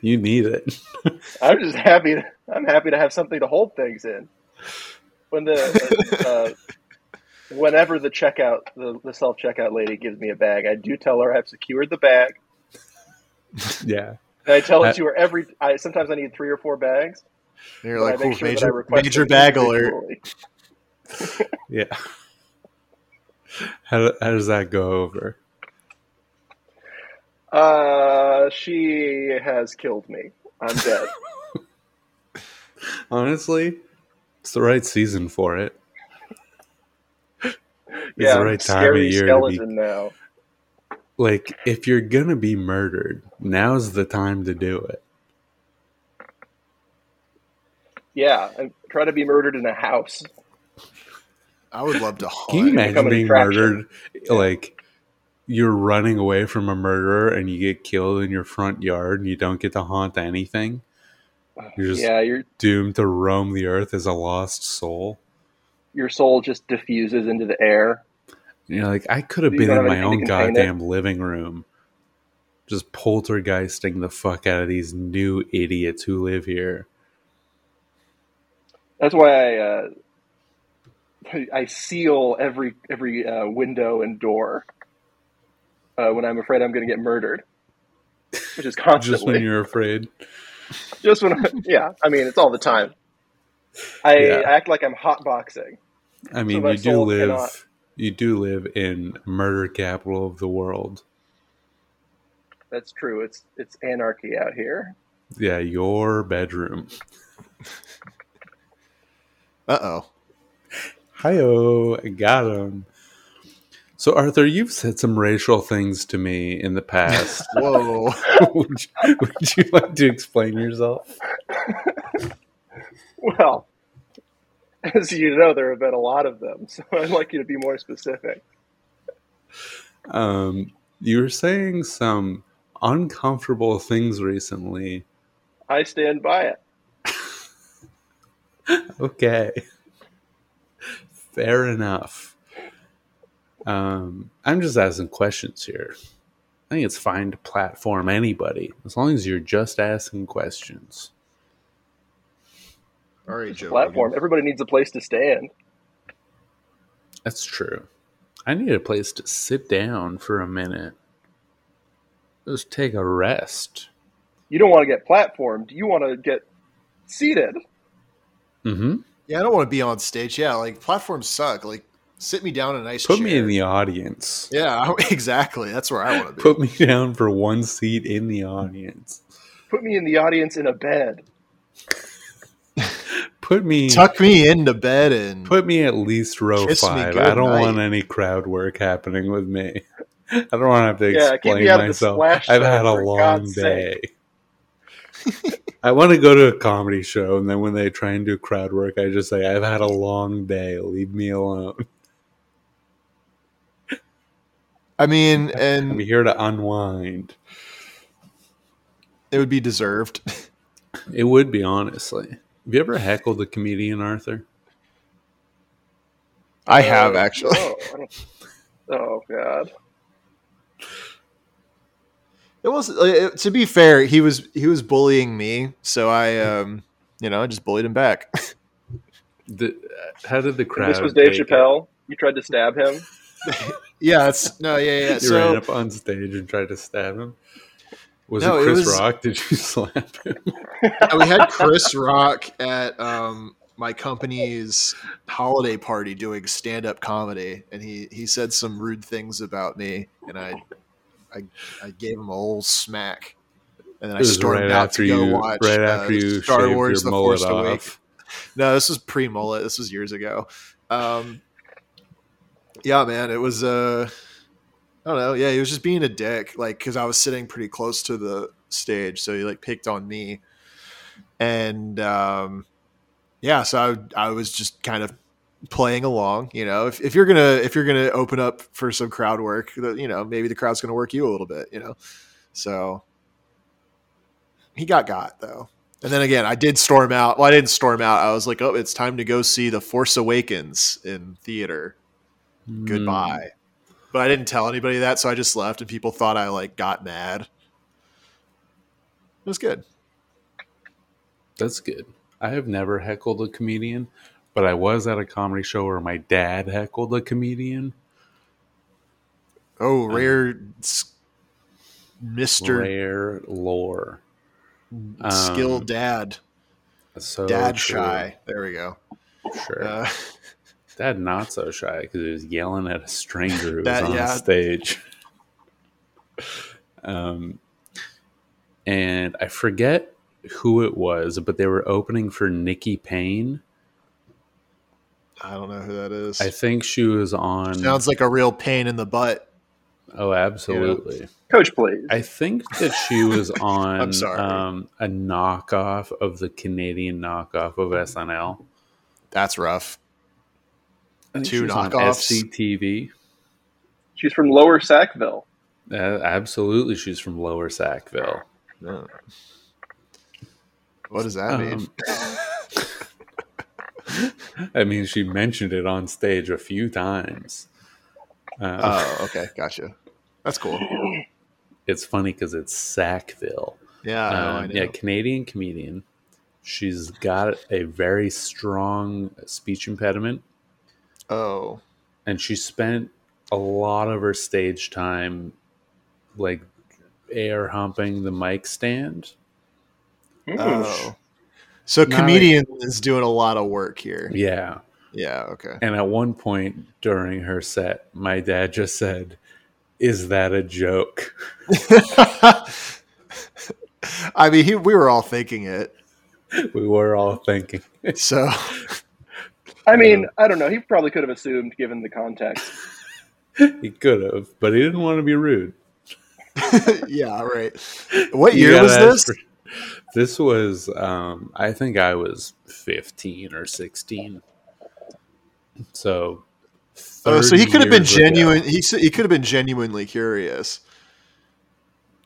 S1: you need it
S3: I'm just happy. To, I'm happy to have something to hold things in. When the uh, whenever the checkout the, the self checkout lady gives me a bag, I do tell her I've secured the bag.
S1: yeah
S3: And I tell
S1: I-
S3: it to her every. I sometimes I need three or four bags.
S2: And you're
S3: but I
S2: like,
S3: make
S2: "Ooh,
S3: sure that I
S2: major,
S3: request
S2: major
S3: them
S2: bag alert.
S3: individually.
S1: yeah how, how does that go over
S3: Uh, she has killed me. I'm dead.
S1: Honestly, it's the right season for it. It's
S3: yeah,
S1: the
S3: I'm a
S1: right time of
S3: scary
S1: year to be
S3: skeleton now.
S1: like if you're gonna be murdered, now's the time to do it.
S3: Yeah, I'm trying to be murdered in a house.
S2: I would love to
S1: Can you
S3: become
S2: hunt.
S1: imagine
S3: an
S1: being
S3: attraction.
S1: murdered like you're running away from a murderer and you get killed in your front yard and you don't get to haunt anything? You're just
S3: yeah, your
S1: doomed to roam the earth as a lost soul.
S3: your soul just diffuses into the air.
S1: And you're like, I could have
S3: You
S1: been
S3: don't
S1: in
S3: have
S1: my
S3: anything to
S1: own
S3: contain it?
S1: goddamn living room, just poltergeisting the fuck out of these new idiots who live here.
S3: That's why I uh, I seal every every uh, window and door uh, when I'm afraid I'm going to get murdered, which is constantly.
S1: Just when you're afraid.
S3: Just when I- yeah, I mean it's all the time. I
S1: Yeah.
S3: act like I'm hotboxing.
S1: I mean,
S3: my
S1: you do
S3: soul
S1: live.
S3: cannot-
S1: You do live in murder capital of the world.
S3: That's true. It's it's anarchy out here.
S1: Yeah, your bedroom.
S2: Uh oh.
S1: Hi-oh, I got him. So, Arthur, you've said some racial things to me in the past.
S2: Whoa.
S1: would, you, would you like to explain yourself?
S3: Well, as you know, there have been a lot of them, so I'd like you to be more specific.
S1: Um, you were saying some uncomfortable things recently.
S3: I stand by it.
S1: Okay. Fair enough. Um, I'm just asking questions here. I think it's fine to platform anybody as long as you're just asking questions.
S2: All right, Joe.
S3: Platform.
S2: Rogan.
S3: Everybody needs a place to stand.
S1: That's true. I need a place to sit down for a minute. Just take a rest.
S3: You don't want to get platformed. You want to get seated.
S1: Mm-hmm.
S2: Yeah, I don't want to be on stage. Yeah, like platforms suck. Like sit me down in a nice
S1: Put me
S2: chair.
S1: in the audience.
S2: Yeah, I- exactly. That's where I want to be.
S1: Put me down for one seat in the audience.
S3: Put me in the audience in a bed.
S1: Put me
S2: Tuck me into bed and
S1: put me at least row
S2: Kiss me
S1: five.
S2: good
S1: I don't
S2: night.
S1: want any crowd work happening with me. I don't want to have to
S3: Yeah, keep
S1: explain
S3: me out of the
S1: myself.
S3: splash
S1: I've
S3: zone,
S1: had a
S3: for
S1: long
S3: God's
S1: day. I want to go to a comedy show, and then when they try and do crowd work, I just say, I've had a long day. Leave me alone.
S2: I mean,
S1: I'm
S2: and
S1: here to unwind.
S2: it would be deserved.
S1: It would be, honestly. Have you ever heckled a comedian, Arthur?
S2: I have
S3: Uh,
S2: actually.
S3: no, I don't- oh God.
S2: It was it, to be fair, he was he was bullying me, so I um you know, I just bullied him back.
S1: The, uh, how did the
S3: And
S1: crowd?
S3: this was Dave
S1: take it?
S3: Chappelle. You tried to stab him.
S2: yeah, it's no, yeah, yeah.
S1: You
S2: so
S1: ran up on stage and tried to stab him. Was
S2: No,
S1: it
S2: it
S1: Chris
S2: was-
S1: Rock? Did you slap him?
S2: we had Chris Rock at um, my company's holiday party doing stand up comedy, and he he said some rude things about me, and I I, I gave him a whole smack, and then I
S1: It was
S2: stormed out to go watch
S1: right
S2: uh,
S1: after you
S2: Star
S1: shaved
S2: Wars:
S1: your
S2: The
S1: mullet
S2: Force
S1: off.
S2: Awakens. No, this was pre mullet. This was years ago. Um, yeah, man, it was. Uh, I don't know. Yeah, he was just being a dick, like because I was sitting pretty close to the stage, so he like picked on me, and um, yeah, so I I was just kind of playing along. You know, if, if you're gonna if you're gonna open up for some crowd work, the- you know, maybe the crowd's gonna work you a little bit. You know, so he got got though. And then again, I did storm out. Well, I didn't storm out. I was like, "Oh, it's time to go see The Force Awakens in theater. Goodbye."
S1: Mm.
S2: But I didn't tell anybody that, so I just left, and people thought I like got mad. It was good.
S1: Mm, That's good. I have never heckled a comedian, but I was at a comedy show where my dad heckled a comedian. Uh,
S2: Oh, rare, s- Mister
S1: Rare lore. Um,
S2: Skill Dad,
S1: So
S2: Dad
S1: true.
S2: Shy. There we go.
S1: Sure.
S2: Uh,
S1: dad not so shy because he was yelling at a stranger who
S2: That-
S1: was on
S2: yeah.
S1: stage. Um, and I forget who it was, but they were opening for Nikki Payne.
S2: I don't know who that is.
S1: I think she was on.
S2: Sounds like a real pain in the butt.
S1: oh, absolutely.
S3: Coach, please.
S1: I think that she was on
S2: I'm sorry.
S1: Um, a knockoff of the Canadian knockoff of SNL.
S2: That's rough.
S1: I think she
S2: Two
S1: was on
S2: knockoffs.
S1: SCTV.
S3: She's from Lower Sackville.
S1: Uh, absolutely, she's from Lower Sackville.
S2: Yeah. What does that mean?
S1: Um, I mean, she mentioned it on stage a few times. Uh,
S2: Oh, okay, gotcha. That's cool.
S1: it's funny because it's Sackville.
S2: Yeah, I know, I
S1: Um,
S2: know.
S1: yeah, Canadian comedian. She's got a very strong speech impediment,
S2: Oh,
S1: and she spent a lot of her stage time like air humping the mic stand.
S3: Hmm.
S2: oh. So
S1: Not
S2: comedian is doing a lot of work here.
S1: Yeah.
S2: Yeah. Okay.
S1: And at one point during her set, my dad just said, Is that a joke?
S2: I mean, he, we were all thinking it.
S1: We were all thinking.
S2: So
S3: I mean, I don't know. He probably could have assumed, given the context.
S1: He could have, but he didn't want to be rude.
S2: yeah, right. What
S1: You
S2: year was
S1: gotta
S2: this?
S1: ask for- this was, um, I think I was 15 or 16. So,
S2: Oh, so he
S1: 30
S2: could have been
S1: years ago.
S2: genuine. He s- he could have been genuinely curious.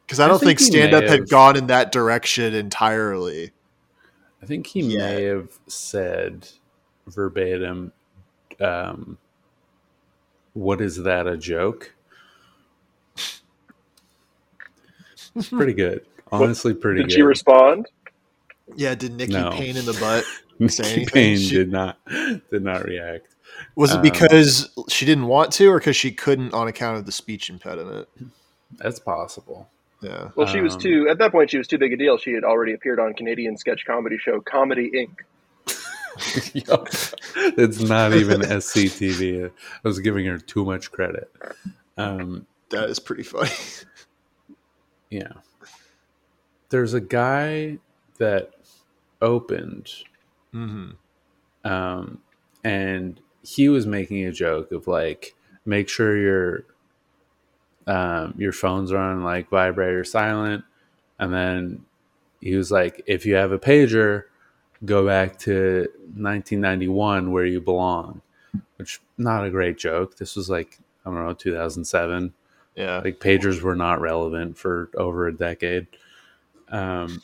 S2: Because I
S1: I
S2: don't
S1: think
S2: think,
S1: he may
S2: stand up
S1: have.
S2: had gone in that direction entirely.
S1: I think he
S2: Yeah.
S1: may have said verbatim, um, "What is that? A joke?" It's pretty good, honestly. Pretty
S3: Did
S1: good.
S3: she respond?
S2: Yeah, did Nikki
S1: No.
S2: Payne in the butt? say
S1: Nikki
S2: anything?
S1: Payne
S2: She-
S1: did not did not react.
S2: Was
S1: Um,
S2: it because she didn't want to, or because she couldn't on account of the speech impediment?
S1: That's possible.
S2: Yeah,
S3: Well, she was
S1: Um,
S3: too. At that point, she was too big a deal. She had already appeared on Canadian sketch comedy show Comedy Inc.
S1: Yup. It's not even SCTV. I was giving her too much credit. Um,
S2: that is pretty funny.
S1: Yeah. There's a guy that opened,
S2: hmm
S1: Mm-hmm. um, and he was making a joke of like, make sure your um, your phones are on like vibrate or silent, and then he was like, if you have a pager, go back to 1991 where you belong, which not a great joke. This was like I don't know 2007
S2: Yeah,
S1: like pagers were not relevant for over a decade. Um,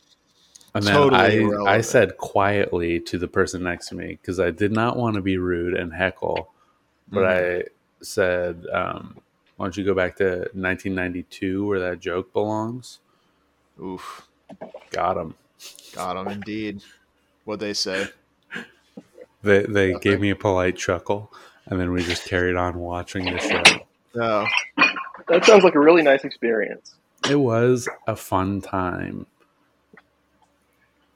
S1: and then
S2: Totally
S1: I,
S2: irrelevant.
S1: I said quietly to the person next to me because I did not want to be rude and heckle, but I said, um, "Why don't you go back to 1992 where that joke belongs?"
S2: oof,
S1: Got him.
S2: got him indeed. What they say?
S1: They they
S2: Okay.
S1: gave me a polite chuckle, and then we just carried on watching the show.
S2: Oh,
S3: That sounds like a really nice experience.
S1: It was a fun time.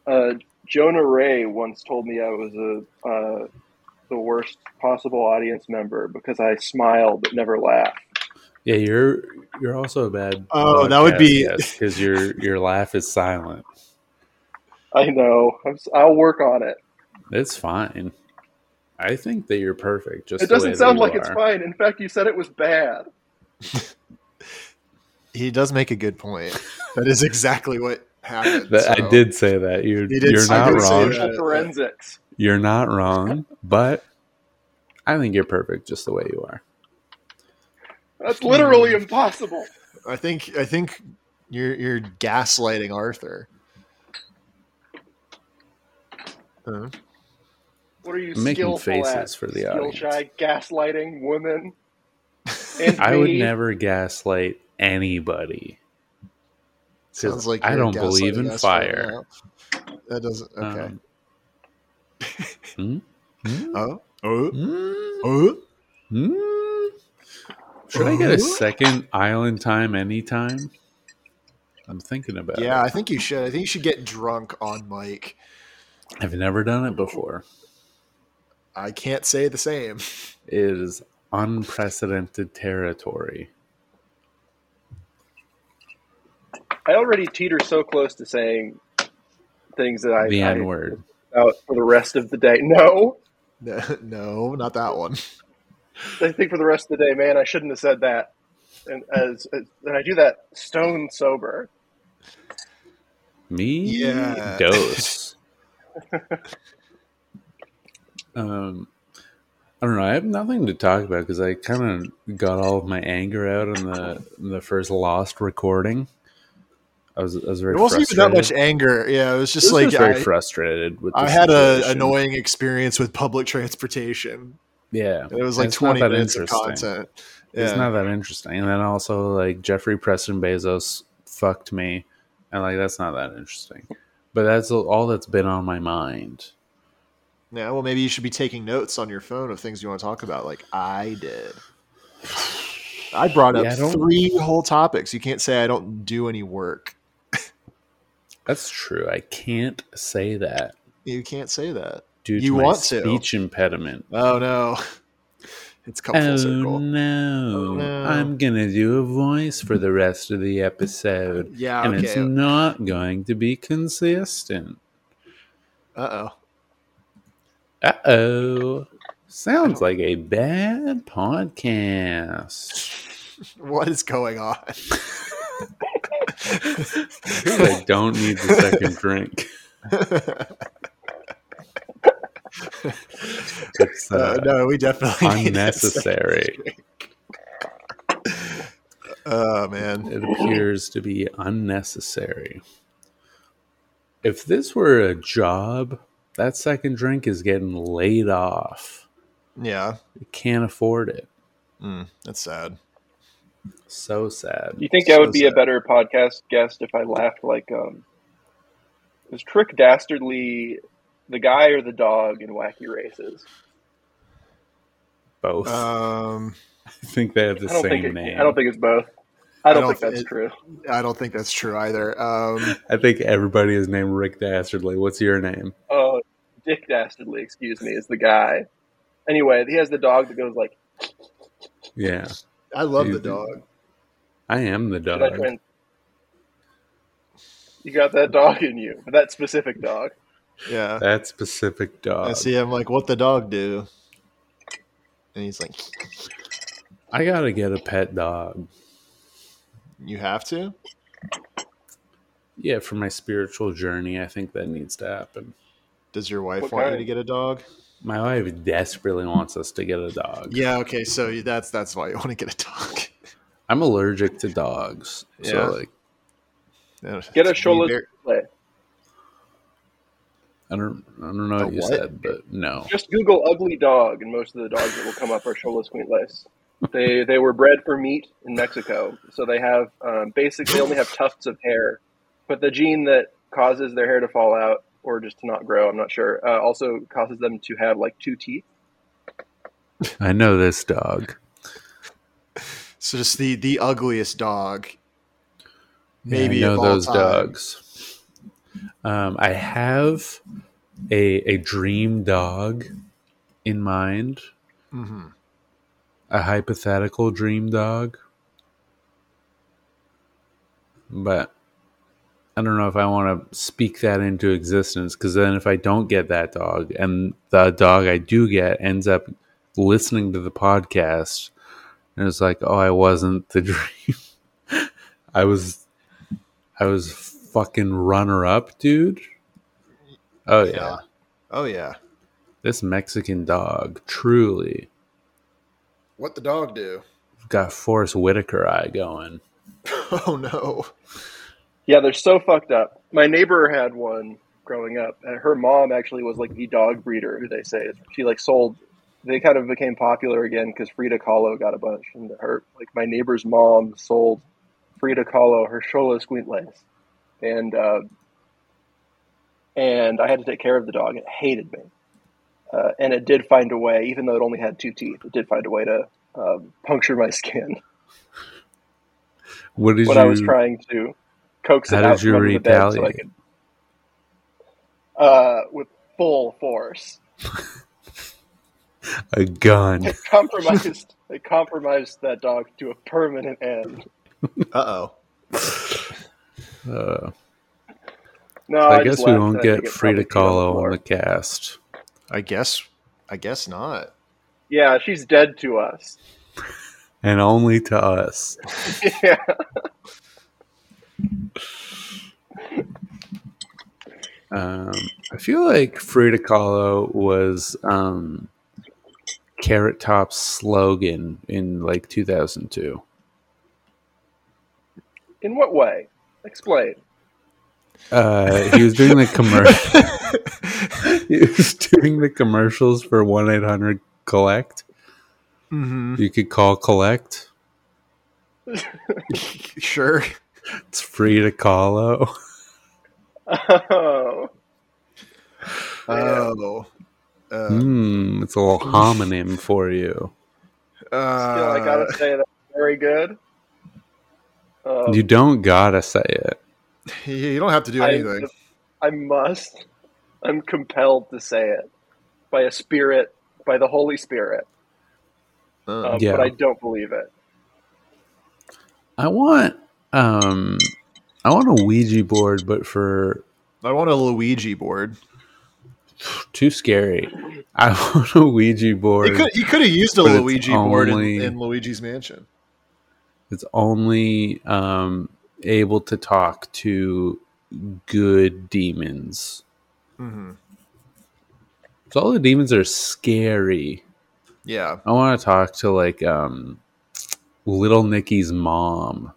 S3: Uh, Jonah Ray once told me I was a uh, the worst possible audience member because I smile but never laugh.
S1: Yeah, you're you're also a bad.
S2: Oh, that would be-
S1: because your your laugh is silent.
S3: I know. I'm, s- I'll work on it.
S1: It's fine. I think that you're perfect. Just
S3: It
S1: the way
S3: doesn't
S1: that
S3: sound
S1: you
S3: like it's
S1: are.
S3: fine. In fact, you said it was bad.
S2: he does make a good point. That is exactly what happened.
S1: That- I
S2: so-
S1: did say that. You're
S2: You did
S1: you're
S2: say- I
S1: not
S2: did say
S1: wrong.
S2: that.
S3: Social forensics.
S1: You're not wrong, but I think you're perfect just the way you are. Hmm.
S3: That's literally impossible.
S2: I think I think you're you're gaslighting Arthur. Huh?
S3: What are you
S1: I'm making
S3: skillful
S1: faces
S3: at?
S1: for the
S3: Skill
S1: audience.
S3: shy, gaslighting women. And
S1: I would
S3: me?
S1: never gaslight anybody. 'Cause
S2: Sounds like
S1: I
S2: you're
S1: don't believe
S2: gaslighting
S1: in
S2: us right
S1: fire.
S2: now. that doesn't okay.
S1: Um, hmm? Hmm?
S2: oh, oh,
S1: Hmm?
S2: oh.
S1: Hmm? Should I get a
S2: Ooh.
S1: second island time anytime? I'm thinking about
S2: Yeah,
S1: it.
S2: I think you should. I think you should get drunk on Mike.
S1: I've never done it before.
S2: I can't say the same.
S1: It is unprecedented territory.
S3: I already teeter so close to saying things that I,
S1: the
S3: I
S1: N word.
S3: out for the rest of the day. No,
S2: No, no, not that one.
S3: I think for the rest of the day, man, I shouldn't have said that. And as, as and I do that stone sober.
S1: Me
S2: Yeah.
S1: dose. um, I don't know. I have nothing to talk about because I kind of got all of my anger out in the in the first lost recording. I was I was very
S2: It wasn't even that
S1: frustrated.
S2: much anger. Yeah, it was
S1: I
S2: just
S1: was
S2: like
S1: just very
S2: I,
S1: frustrated with.
S2: I
S1: the
S2: had a
S1: situation.
S2: annoying experience with public transportation.
S1: Yeah,
S2: It was like
S1: It's not
S2: twenty
S1: that
S2: minutes of
S1: interesting.
S2: content.
S1: it's
S2: Yeah.
S1: not that interesting. And then also like Jeffrey Preston Bezos fucked me, and like that's not that interesting. But that's all that's been on my mind.
S2: Yeah, well, maybe you should be taking notes on your phone of things you want to talk about, like I did. I brought up
S1: Yeah, I don't-
S2: three whole topics. You can't say I don't do any work.
S1: That's true. I can't say that
S2: You can't say that.
S1: due to
S2: You
S1: my
S2: want to.
S1: speech impediment.
S2: Oh no, it's come full
S1: Oh
S2: circle.
S1: no.
S2: Oh, no.
S1: I'm gonna do a voice for the rest of the episode,
S2: Yeah.
S1: and it's
S2: Okay.
S1: not going to be consistent.
S2: Uh oh.
S1: Uh oh. Sounds like a bad podcast.
S2: What is going on?
S1: I don't need the second drink. It's
S2: Uh,
S1: uh,
S2: no, we definitely need that stuff.
S1: unnecessary.
S2: Oh man,
S1: It appears to be unnecessary. If this were a job, that second drink is getting laid off.
S2: yeah,
S1: You can't afford it.
S2: mm, that's sad.
S1: So sad.
S3: Do you think I would
S2: So
S3: be a
S2: sad.
S3: better podcast guest if I laughed like um was Trick Dastardly the guy or the dog in Wacky Races?
S1: Both.
S2: Um,
S1: I think they have the
S3: I don't think
S1: same
S3: it,
S1: name.
S3: I don't think it's both. I don't,
S2: don't
S3: think that's
S2: thi-
S3: true.
S2: I don't think that's true either. Um,
S1: I think everybody is named Rick Dastardly. What's your name?
S3: Oh, Dick Dastardly, excuse me, is the guy. Anyway, he has the dog that goes like
S1: Yeah.
S2: I love
S1: You
S2: the
S1: do.
S2: dog.
S1: I am the
S2: Uh-huh.
S3: should I
S1: dog.
S3: try and- You got that dog in you. That specific dog.
S2: Yeah,
S1: That specific dog.
S2: I
S1: I,
S2: see. I'm like, what the dog do? And he's like,
S1: gotta get a pet dog.
S2: you have to.
S1: Yeah, for my spiritual journey, I think that needs to happen.
S2: Does your wife
S3: What
S2: want you
S3: kind?
S2: to get a dog?
S1: My wife desperately wants us to get a dog.
S2: Yeah. Okay. So that's that's why you want to get a dog.
S1: I'm allergic to dogs.
S2: Yeah.
S1: So like
S3: Get a
S2: It's
S3: Chola-
S2: very-
S1: I don't I don't know
S2: A
S1: what you
S2: what?
S1: said, but no.
S3: Just Google ugly dog, and most of the dogs that will come up are Cholas Quintles. They they were bred for meat in Mexico, so they have um, basically they only have tufts of hair, but the gene that causes their hair to fall out or just to not grow, I'm not sure, uh, also causes them to have like two teeth.
S1: I know this dog.
S2: So just the the ugliest dog.
S1: Yeah,
S2: Maybe
S1: I know
S2: of all
S1: those
S2: time.
S1: dogs. Um, I have a a dream dog in mind,
S2: hmm
S1: a hypothetical dream dog, but I don't know if I want to speak that into existence because then if I don't get that dog and the dog I do get ends up listening to the podcast and it's like, oh, I wasn't the dream. I was, I was fucking runner up, dude. Oh yeah.
S2: Yeah. Oh yeah.
S1: this Mexican dog truly
S2: What the dog do?
S1: got Forrest Whitaker eye going.
S2: Oh no.
S3: Yeah, they're so fucked up. My neighbor had one growing up. and Her mom actually was like the dog breeder, who they say she like sold. They kind of became popular again because Frida Kahlo got a bunch, and her like my neighbor's mom sold Frida Kahlo her Shola Squintlays, and uh, and I had to take care of the dog. It hated me, uh, and it did find a way, even though it only had two teeth. It did find a way to um, puncture my skin
S1: What did
S3: when
S1: you?
S3: I was trying to coax it
S1: How
S3: out
S1: did you
S3: from under the bed so I
S1: retaliate?
S3: could uh, with full force.
S1: A gun.
S3: I compromised. I compromised that dog to a permanent end.
S2: Uh oh.
S1: Uh,
S3: No,
S1: I, guess
S3: just
S1: we
S3: left,
S1: won't
S3: and I
S1: get
S3: think it
S1: Frida
S3: probably peed
S1: Kahlo on
S3: floor.
S1: the cast.
S2: I guess. I guess not.
S3: Yeah, she's dead to us.
S1: and only to us.
S3: yeah.
S1: Um, I feel like Frida Kahlo was um, Carrot Top's slogan in like 2002.
S3: In what way? Explain.
S1: Uh, he was doing the commercial. he was doing the commercials for one eight hundred collect.
S2: Mm-hmm.
S1: You could call collect.
S2: Sure.
S1: It's Frida
S3: Uh,
S1: Kahlo.
S3: Oh,
S2: Oh. Uh,
S1: Hmm, it's a little homonym for you.
S3: still, I
S2: uh,
S3: gotta say that's very good. Um,
S1: You don't gotta say it.
S2: you you don't have to do
S3: I-
S2: anything.
S3: I must. I'm compelled to say it by a spirit, by the Holy Spirit.
S2: Uh,
S3: Um,
S1: Yeah.
S3: But I don't believe it.
S1: I want um I want a Ouija board, but for
S2: I want a Luigi board.
S1: Too scary. I want a Ouija board.
S2: You could you could have used a
S1: But it's
S2: Luigi board in,
S1: only-
S2: in Luigi's Mansion.
S1: It's only um, able to talk to good demons.
S2: hmm
S1: So all the demons are scary.
S2: Yeah,
S1: I want to talk to like um, little Nicky's mom.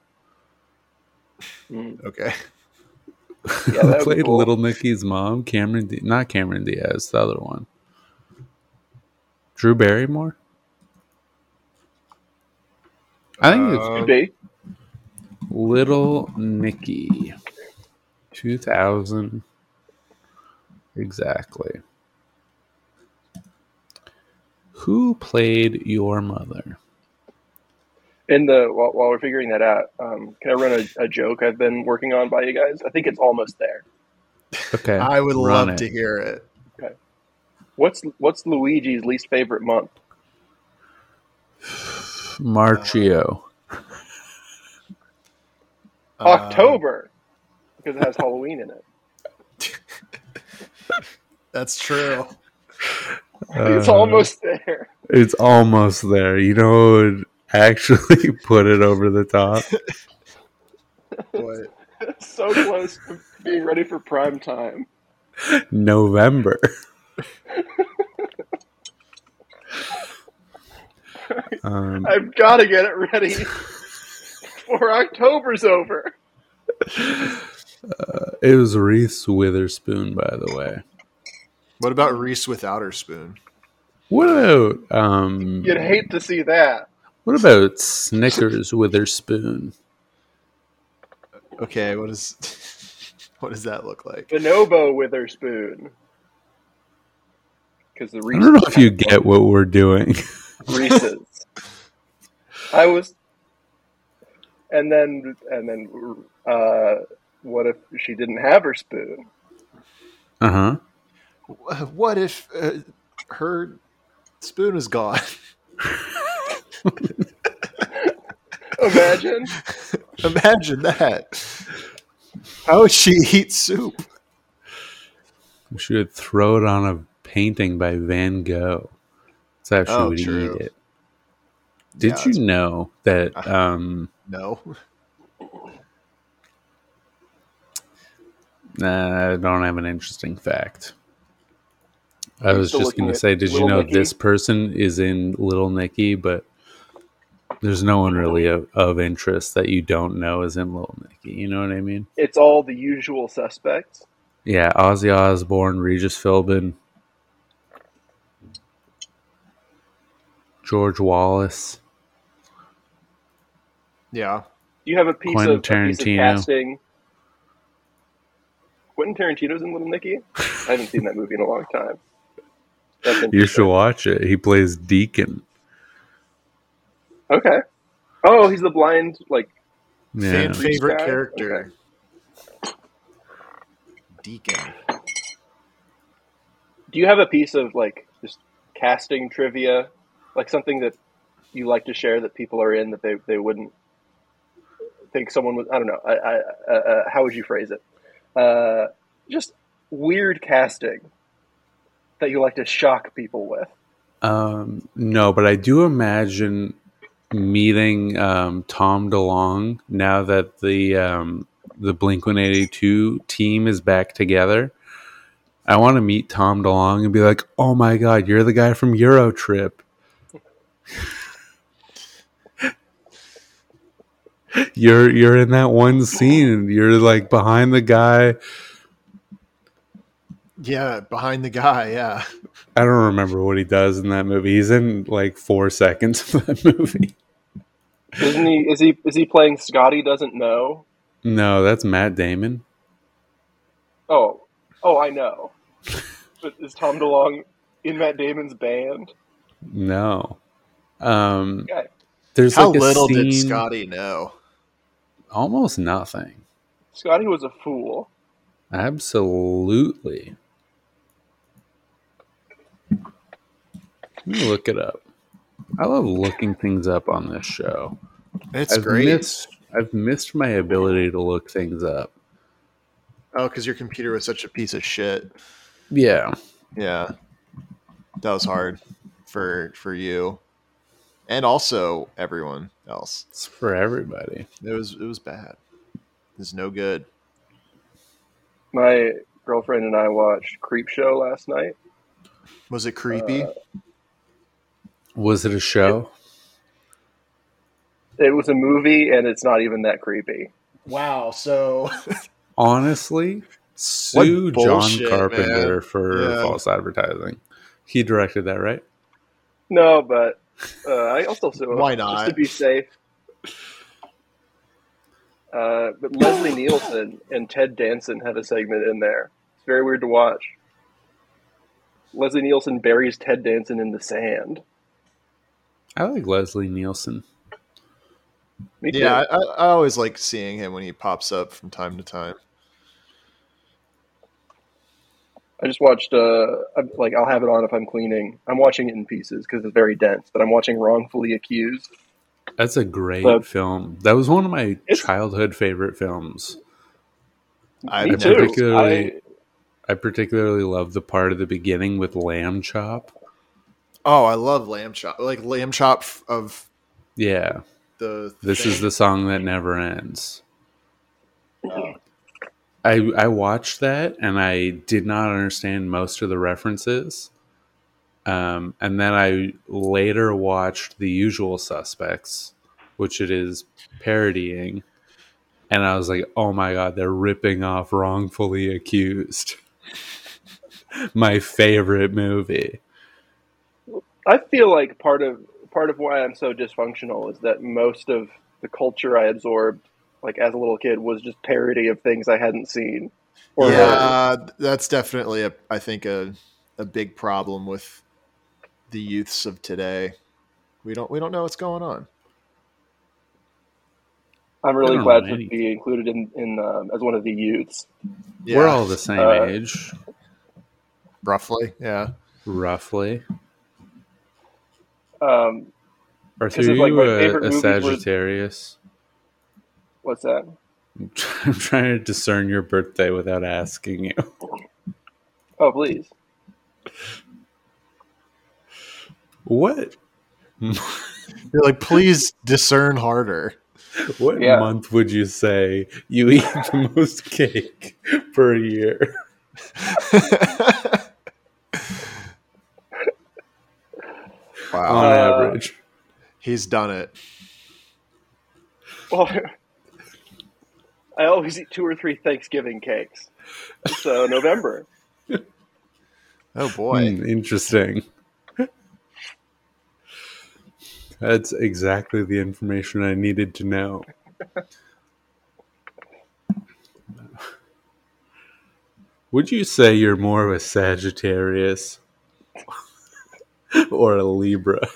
S3: Mm.
S2: okay.
S3: Yeah, that would be
S1: played
S3: cool.
S1: Little Nicky's mom, Cameron, D- not Cameron Diaz, the other one. Drew Barrymore. I think it's
S2: Uh,
S3: Could be.
S1: Little Nicky, 2000. Exactly. Who played your mother?
S3: In the while, while we're figuring that out, um, can I run a, a joke I've been working on by you guys? I think it's almost there.
S1: Okay.
S2: I would
S1: run
S2: love
S1: it.
S2: to hear it.
S3: What's what's Luigi's least favorite month?
S1: Marchio.
S2: Um,
S3: October, because it has Halloween in it.
S2: that's true.
S3: it's
S1: Uh,
S3: almost there.
S1: It's almost there. You know what would actually put it over the top?
S2: What?
S3: so close to being ready for prime time.
S1: November. um,
S3: I've got to get it ready before October's over.
S1: it was Reese Witherspoon, by the way.
S2: What about Reese without her spoon?
S1: What about um?
S3: You'd hate to see that.
S1: What about Snickers Witherspoon?
S2: Okay, what is what does that look like?
S3: Bonobo Witherspoon. Because the
S1: I
S3: Reese's.
S1: don't know if you get what we're doing.
S3: Reese's. I was, and then and then, uh, what if she didn't have her spoon?
S1: Uh huh.
S2: What if uh, her spoon is gone?
S3: Imagine.
S2: Imagine that. How would she eat soup?
S1: She would throw it on a painting by Van Gogh. That's how she
S2: Oh,
S1: would
S2: true.
S1: eat it. Did
S2: Yeah,
S1: you
S2: that's-
S1: know that
S3: Ah.
S1: um,
S2: No.
S1: Nah, I don't have an interesting fact. I
S3: I'm
S1: was
S3: still
S1: just
S3: looking
S1: going to
S3: at
S1: say, did you
S3: Little
S1: know
S3: Nicky.
S1: this person is in Little Nicky, but there's no one really of, of interest that you don't know is in Little Nicky. You know what I mean?
S3: It's all the usual suspects.
S1: Yeah, Ozzy Osbourne, Regis Philbin, George Wallace.
S2: Yeah.
S3: You have a piece
S1: Quentin
S3: of a piece of
S1: Tarantino.
S3: casting. Quentin Tarantino's in Little Nicky. I haven't seen that movie in a long time. That's
S1: You
S3: interesting.
S1: should watch it. He plays Deacon.
S3: Okay. Oh, he's the blind. Like
S1: Yeah.
S2: Fan favorite
S3: guy?
S2: character. Deacon.
S3: do you have a piece of like just casting trivia like something that you like to share that people are in that they, they wouldn't think someone was i don't know I, I, uh, uh, how would you phrase it uh, just weird casting that you like to shock people with
S1: Um, no, but I do imagine meeting um, Tom DeLong now that the um, the Blink One Eighty Two team is back together. I want to meet Tom DeLong and be like, "Oh my God, you're the guy from Eurotrip." you're you're in that one scene. You're like behind the guy.
S2: Yeah, behind the guy, yeah.
S1: I don't remember what he does in that movie. He's in like four seconds of that movie.
S3: isn't he is he is he playing scotty doesn't know
S1: No, that's Matt Damon.
S3: oh oh i know but is tom delong in matt damon's band
S1: No. Um
S3: Okay.
S1: there's
S2: How
S1: like a
S2: little
S1: scene,
S2: did Scotty know?
S1: almost nothing.
S3: scotty was a fool
S1: Absolutely. Let me look it up. I love looking things up on this show.
S2: It's
S1: I've
S2: great.
S1: missed I've missed my ability to look things up.
S2: Oh, because your computer was such a piece of shit.
S1: Yeah.
S2: Yeah, that was hard for for you, and also everyone else.
S1: It's for everybody.
S2: It was it was bad. It's no good.
S3: My girlfriend and I watched Creep Show last night.
S2: Was it creepy?
S3: Uh,
S1: Was it a show?
S3: It was a movie, and it's not even that creepy.
S2: wow. So
S1: Honestly, sue
S2: bullshit,
S1: John Carpenter
S2: man.
S1: for
S2: Yeah.
S1: false advertising. He directed that, right?
S3: No, but uh, I also so
S2: Why
S3: just
S2: not?
S3: to be safe. Uh, but Leslie Nielsen and Ted Danson had a segment in there. It's very weird to watch. Leslie Nielsen buries Ted Danson in the sand.
S1: I like Leslie Nielsen.
S3: Me too.
S2: yeah, I, I always like seeing him when he pops up from time to time.
S3: I just watched. Uh, I'm- like I'll have it on if I'm cleaning. I'm watching it in pieces because it's very dense. But I'm watching Wrongfully Accused.
S1: That's a great
S3: But-
S1: film. That was one of my
S3: It's-
S1: childhood favorite films.
S2: I
S3: Me
S1: I
S2: never-
S3: too.
S1: particularly,
S3: I-
S1: I, particularly love the part of the beginning with lamb chop.
S2: Oh, I love lamb chop. Like lamb chop f- of
S1: Yeah,
S2: the.
S1: this
S2: thing.
S1: is the song that never ends.
S3: Oh.
S1: I I watched that and I did not understand most of the references. Um, and then I later watched The Usual Suspects, which it is parodying, and I was like, "Oh my god, they're ripping off Wrongfully Accused." my favorite movie.
S3: I feel like part of part of why I'm so dysfunctional is that most of the culture I absorbed, like as a little kid, was just parody of things I hadn't seen. Or
S2: yeah,
S3: heard.
S2: that's definitely a I think a a big problem with the youths of today. We don't we don't know what's going on.
S3: I'm
S1: I
S3: really
S1: don't
S3: glad
S1: know
S3: to
S1: any-
S3: be included in, in um, as one of the youths.
S2: Yeah,
S1: We're all the same
S3: Uh,
S1: age,
S2: roughly. Yeah,
S1: roughly.
S3: Um,
S1: Arthur,
S3: it's
S1: are
S3: like
S1: you
S3: my
S1: a,
S3: favorite
S1: a
S3: movies were-
S1: Sagittarius?
S3: what's that?
S1: I'm trying to discern your birthday without asking you.
S3: Oh, please.
S1: What
S2: you're like please discern harder.
S1: what
S3: Yeah.
S1: month would you say you eat the most cake per year?
S2: wow,
S1: On
S3: Uh,
S1: average.
S2: he's done it.
S3: Well, I always eat two or three Thanksgiving cakes. So November.
S2: Oh boy,
S1: Hmm, interesting. That's exactly the information I needed to know. Would you say you're more of a Sagittarius or a Libra?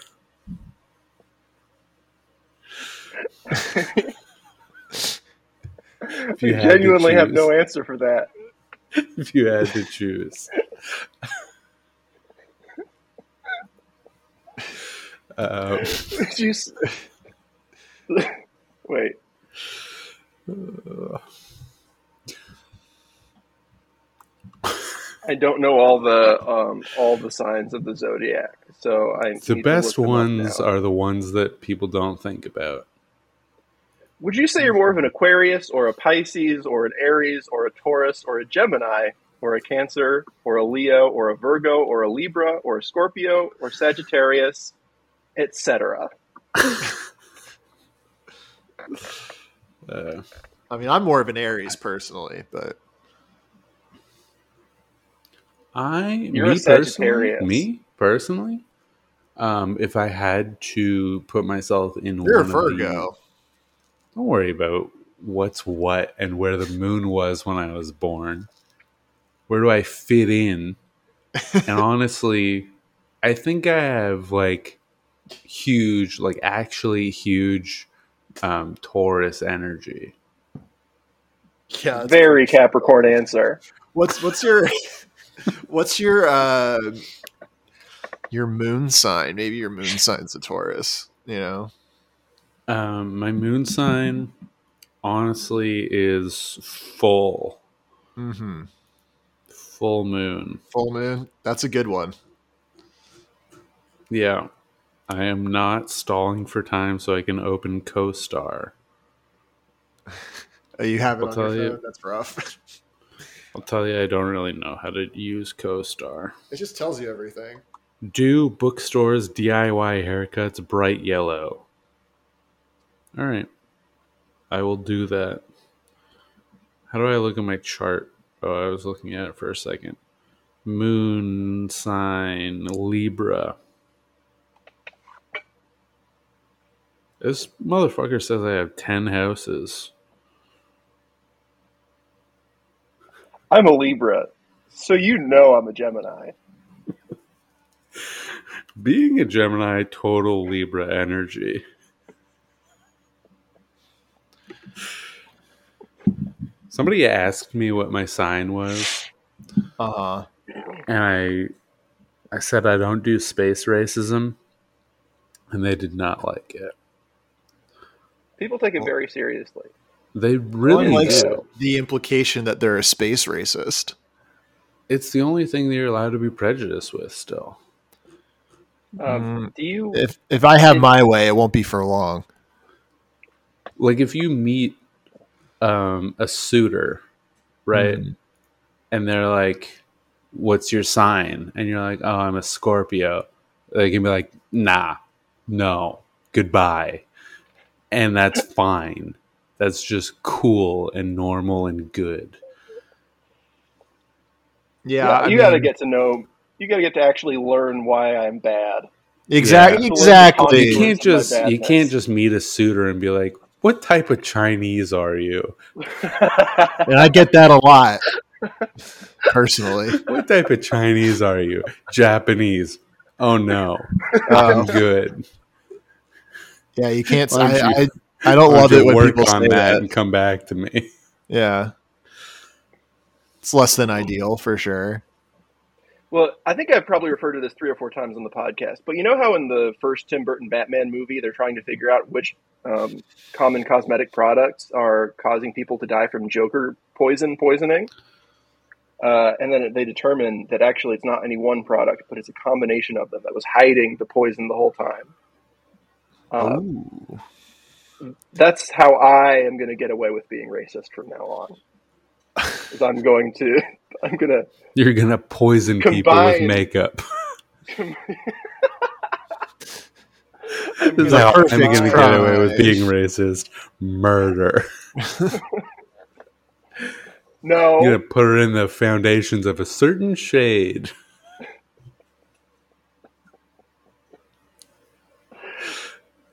S1: If you
S3: I
S1: had to
S3: genuinely have
S1: choose.
S3: no answer for that.
S1: if you had to choose. Um,
S3: Did you s- Wait. I don't know all the um, all the signs of the zodiac, so I need to
S1: the
S3: look
S1: best
S3: them up
S1: ones
S3: now.
S1: are the ones that people don't think about.
S3: Would you say you're more of an Aquarius or a Pisces or an Aries or a Taurus or a Gemini or a Cancer or a Leo or a Virgo or a Libra or a Scorpio or Sagittarius, etc.?
S1: Uh,
S2: I mean I'm more of an Aries personally, but
S1: I,
S3: You're
S1: me
S3: a
S1: personally,
S3: Sagittarius.
S1: me personally, um, if I had to put myself in one
S2: you're a
S1: of the-
S2: Virgo.
S1: don't worry about what's what and where the moon was when I was born. Where do I fit in? And honestly, I think I have like huge, like actually huge um, Taurus energy.
S2: Yeah, that's
S3: Very Capricorn answer.
S2: What's what's your what's your uh your moon sign? Maybe your moon sign's a Taurus, you know.
S1: Um, my moon sign, honestly, is full.
S2: Mhm.
S1: Full moon.
S2: Mm-hmm. Full moon. That's a good one.
S1: Yeah. I am not stalling for time so I can open CoStar.
S2: Uh, You have it
S1: I'll
S2: on
S1: tell
S2: your
S1: you.
S2: phone. That's rough.
S1: I'll tell you, I don't really know how to use CoStar.
S2: it just tells you everything.
S1: Do bookstores DIY haircuts bright yellow? All right. I will do that. How do I look at my chart? Oh, I was looking at it for a second. Moon sign Libra. This motherfucker says I have 10 houses.
S3: I'm a Libra, so you know I'm a Gemini.
S1: Being a Gemini, total Libra energy. Somebody asked me what my sign was,
S2: Uh huh.
S1: and I, I said I don't do space racism, and they did not like it.
S3: People take it very seriously.
S1: They really
S3: Unlike-
S1: do.
S2: the implication that they're a space racist.
S1: It's the only thing that you're allowed to be prejudiced with. Still,
S2: Mm-hmm.
S3: Um, do you?
S2: Mm. If if I have my way, it won't be for long.
S1: like if you meet um, a suitor, right, and they're like, "What's your sign?" and you're like, "Oh, I'm a Scorpio," they can be like, "Nah, no, goodbye," and that's fine. That's just cool and normal and good.
S2: Yeah,
S3: Yeah,
S2: I
S3: you got to
S2: mean-
S3: get to know. You got to get to actually learn why I'm bad.
S2: exactly.
S3: Yeah.
S2: Exactly.
S1: You
S3: Towards
S1: can't
S3: my
S1: just you
S3: badness.
S1: can't just meet a suitor and be like, "What type of Chinese are you?
S2: and I get that a lot personally.
S1: What type of Chinese are you? Japanese? Oh no, I'm
S2: Um,
S1: good."
S2: yeah, you can't.
S1: Why don't
S2: I, I, I don't
S1: Why
S2: love
S1: don't you
S2: it when
S1: work
S2: people
S1: on
S2: say that.
S1: and come back to me.
S2: Yeah, it's less than ideal for sure.
S3: well, I think I've probably referred to this three or four times on the podcast. But you know how in the first Tim Burton Batman movie, they're trying to figure out which um, common cosmetic products are causing people to die from Joker poison poisoning. Uh, and then they determine that actually it's not any one product, but it's a combination of them that was hiding the poison the whole time. Uh,
S2: Oh. Ooh.
S3: that's how I am going to get away with being racist from now on. Is I'm going to, I'm going to
S1: You're gonna poison people with
S3: Combine-
S1: makeup.
S3: I'm
S1: This is
S2: The
S1: how I'm
S2: perfect
S1: gonna get away with
S2: crime.
S1: being racist. Murder.
S3: no.
S2: Oh.
S1: I'm gonna put it in the foundations of a certain shade.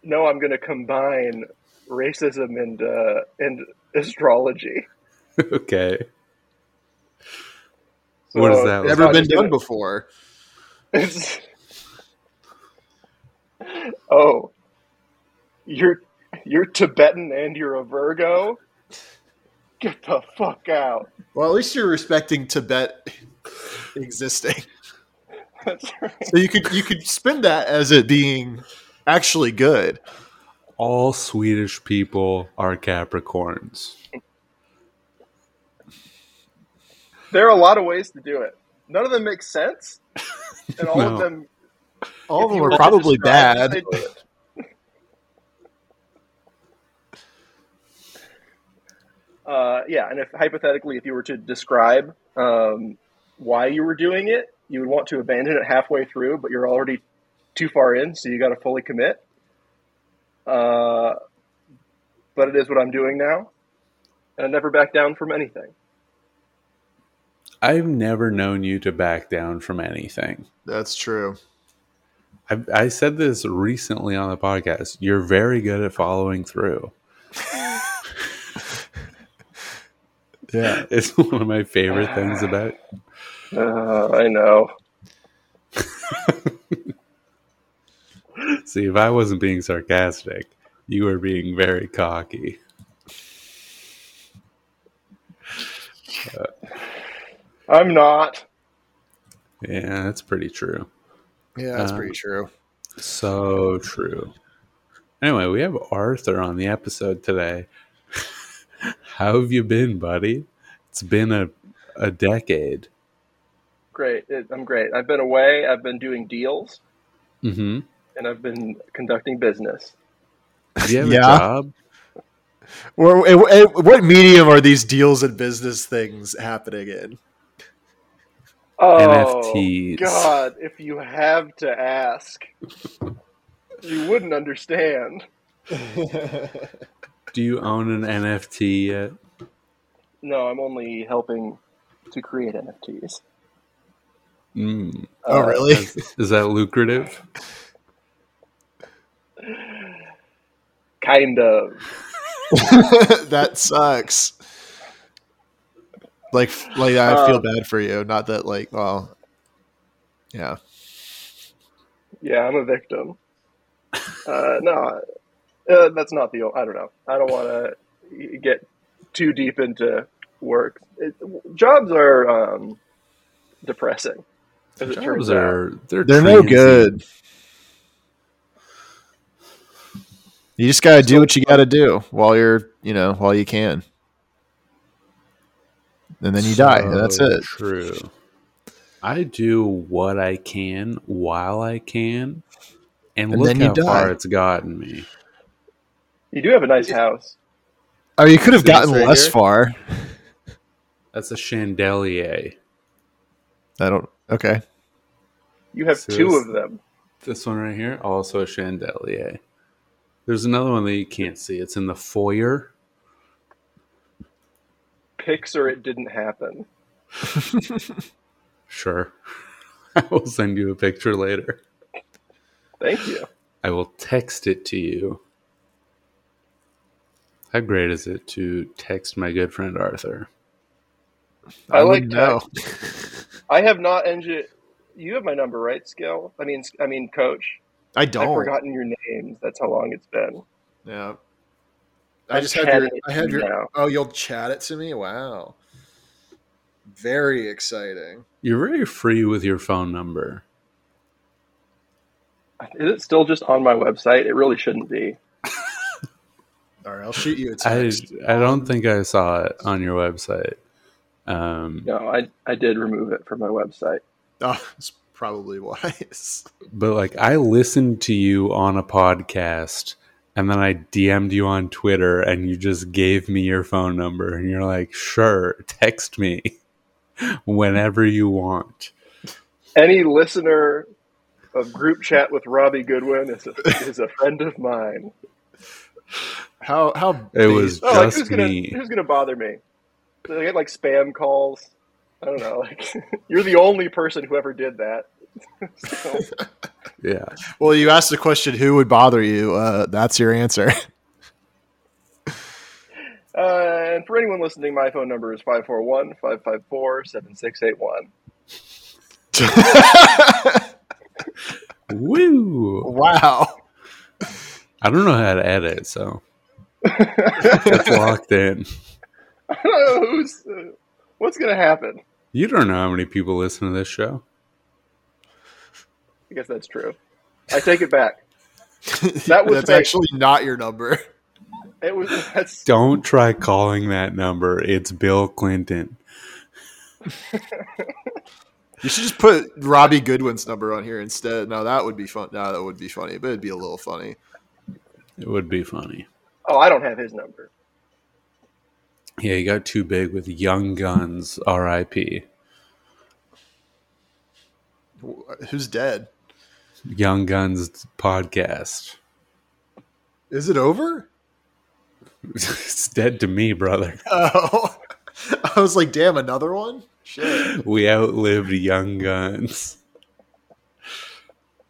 S3: No, I'm going to combine racism and uh, and astrology.
S1: okay. What is that?
S3: it's
S2: Never
S3: not
S2: been
S3: just
S2: done
S3: gonna-
S2: before.
S3: it's- oh, you're you're Tibetan and you're a Virgo. Get the fuck out.
S2: Well, at least you're respecting Tibet existing,
S3: That's right.
S2: so you could you could spin that as it being actually good.
S1: All Swedish people are Capricorns.
S3: There are a lot of ways to do it. None of them make sense, and all
S1: No.
S3: of them
S2: All of
S3: if
S2: them
S3: you were
S2: are
S3: to
S2: probably
S3: describe
S2: bad.
S3: it, they'd- Uh, yeah, and if hypothetically, if you were to describe um, why you were doing it, you would want to abandon it halfway through, but you're already too far in, so you got to fully commit. Uh, but it is what I'm doing now, and I never back down from anything.
S1: I've never known you to back down from anything.
S2: That's true.
S1: I, I said this recently on the podcast. You're very good at following through.
S2: Yeah.
S1: It's one of my favorite things about
S3: Uh, I know.
S1: See, if I wasn't being sarcastic, you were being very cocky.
S3: I'm not.
S1: Yeah, that's pretty true.
S2: Yeah, that's
S1: Um,
S2: pretty true.
S1: So true. Anyway, we have Arthur on the episode today. How have you been, buddy? It's been a, a decade.
S3: great. It, I'm great. I've been away. I've been doing deals,
S1: Mm-hmm.
S3: and I've been conducting business.
S1: Do you have
S2: Yeah.
S1: a job?
S2: Or, eh, eh, what medium are these deals and business things happening in?
S3: Oh,
S1: NFTs.
S3: God, if you have to ask, you wouldn't understand.
S1: Do you own an NFT yet?
S3: No, I'm only helping to create NFTs.
S1: Mm.
S2: oh,
S3: Uh,
S2: really?
S1: Is that lucrative?
S3: Kind of.
S2: that sucks. Like, like I
S1: Uh,
S2: feel
S3: Um,
S2: bad for you. Not that, like, well, yeah.
S3: Yeah, I'm a victim. Uh, no, uh, that's not the. I don't know. I don't want to get too deep into work. It, jobs are um, depressing. As it turns
S1: Jobs
S3: out.
S1: are they're,
S2: They're no
S1: transient.
S2: good. You just gotta do what you gotta do while you're, you know, while you can, and then you die. And that's
S1: So
S2: it.
S1: True. I do what I can while I can, and,
S2: And
S1: look
S2: then you
S1: how far
S2: die.
S1: it's gotten me.
S3: You do have a nice house.
S2: Oh, you could have
S1: See this
S2: gotten
S1: right
S2: less
S1: here?
S2: far.
S1: That's a chandelier.
S2: I don't. Okay.
S3: You have two
S1: Seriously?
S3: of them.
S1: This one right here, also a chandelier. There's another one that you can't see. It's in the foyer.
S3: Picks or it didn't happen.
S1: Sure. I will send you a picture later.
S3: Thank you.
S1: I will text it to you. How great is it to text my good friend Arthur?
S3: I like
S2: wouldn't
S3: I have not engi You have my number, right, Skill? I mean, I mean, Coach.
S2: I
S3: I've
S2: don't.
S3: forgotten your names. That's how long it's been.
S2: Yeah. I
S3: I'm
S2: just have your.
S3: chatting
S2: I have
S3: with you
S2: your.
S3: now.
S2: Oh, you'll chat it to me. Wow. Very exciting.
S1: You're very free with your phone number.
S3: Is it still just on my website? It really shouldn't be.
S2: All right, I'll shoot you a
S1: I,
S2: text.
S1: I don't think I saw it on your website. Um,
S3: No, I I did remove it from my website.
S2: Oh, it's probably wise.
S1: But like I listened to you on a podcast and then I DM'd you on Twitter and you just gave me your phone number and you're like, "Sure, text me whenever you want."
S3: Any listener of group chat with Robbie Goodwin is a, is a friend of mine.
S2: How how
S1: It was
S3: Oh, like
S1: Just
S3: who's gonna
S1: me.
S3: who's gonna bother me? Do They get like spam calls. I don't know. Like you're the only person who ever did that. So,
S1: Yeah.
S2: Well, you asked the question, who would bother you? Uh, that's your answer.
S3: uh, and for anyone listening, my phone number is 541-554-7681.
S1: Woo.
S2: wow.
S1: I don't know how to edit, so it's locked in.
S3: I don't know who's uh, what's gonna happen.
S1: You don't know how many people listen to this show.
S3: I guess that's true. I take it back. That was
S2: that's
S3: fake.
S2: actually not your number.
S3: It was that's
S1: Don't try calling that number. It's Bill Clinton.
S2: You should just put Robbie Goodwin's number on here instead. Now that would be fun. No, that would be funny, but it'd be a little funny.
S1: It would be funny.
S3: oh, I don't have his number.
S1: Yeah, he got too big with Young Guns, RIP.
S2: Who's dead?
S1: Young Guns podcast.
S2: Is it over?
S1: it's dead to me, brother.
S2: Oh, I was like, damn, another one. Shit.
S1: We outlived Young Guns.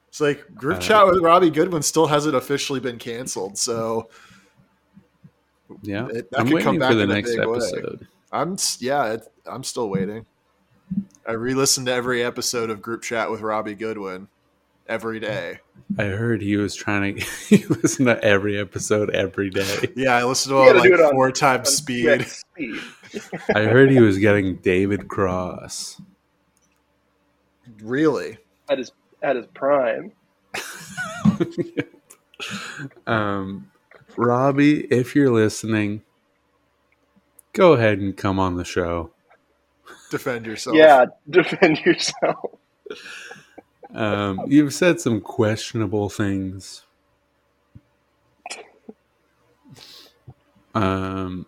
S2: It's like group
S1: Uh,
S2: chat with Robbie Goodwin still hasn't officially been canceled, so
S1: Yeah,
S2: It- that
S1: I'm
S2: could
S1: waiting
S2: come back
S1: for the
S2: in a
S1: next
S2: big way.
S1: episode.
S2: I'm s- yeah, it, I'm still waiting. I re-listened to every episode of Group Chat with Robbie Goodwin every day.
S1: I heard he was trying to he listened to every episode every day.
S2: Yeah, I listened to
S3: You
S2: it at
S3: gotta do
S2: like
S3: it on-
S2: four times
S3: On
S2: speed.
S3: direct speed.
S1: I heard he was getting David Cross.
S2: Really?
S3: At his at his prime.
S1: um, Robbie, if you're listening, go ahead and come on the show.
S2: defend yourself.
S3: Yeah, defend yourself.
S1: Um, you've said some questionable things. Um,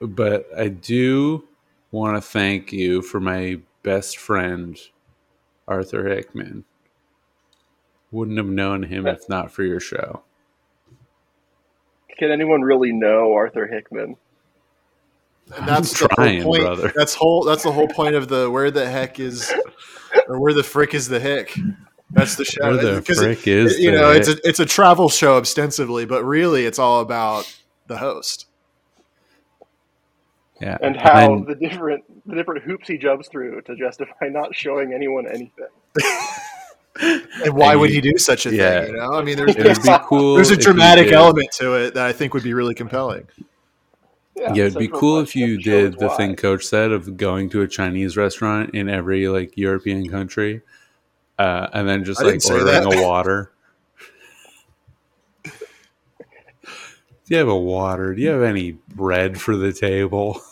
S1: but I do want to thank you for my best friend, Arthur Hickman. Wouldn't have known him if not for your show.
S3: Can anyone really know Arthur Hickman?
S2: And that's
S1: I'm
S2: the
S1: trying,
S2: whole point.
S1: brother.
S2: That's whole. That's the whole point of the where the heck is, or where the frick is the hick. That's the show.
S1: Where the
S2: Because it-
S1: frick is
S2: you
S1: the
S2: know it's
S1: hick?
S2: a it's a travel show ostensibly, but really it's all about the host.
S1: Yeah,
S3: And how
S1: I'm-
S3: the different the different hoops he jumps through to justify not showing anyone anything.
S2: And why
S1: And
S2: would
S1: you-
S2: he do such a
S1: yeah.
S2: thing? You know, I mean, there's
S1: it would be cool.
S2: there's a
S1: if you
S2: dramatic
S1: did-
S2: element to it that I think would be really compelling.
S1: Yeah, it'd be
S3: Central
S1: cool
S3: Park
S1: if you
S3: shows why.
S1: did the thing Coach said of going to a Chinese restaurant in every like European country, uh, and then just
S2: I
S1: like
S2: didn't say
S1: ordering
S2: that.
S1: a water. Do you have a water? Do you have any bread for the table?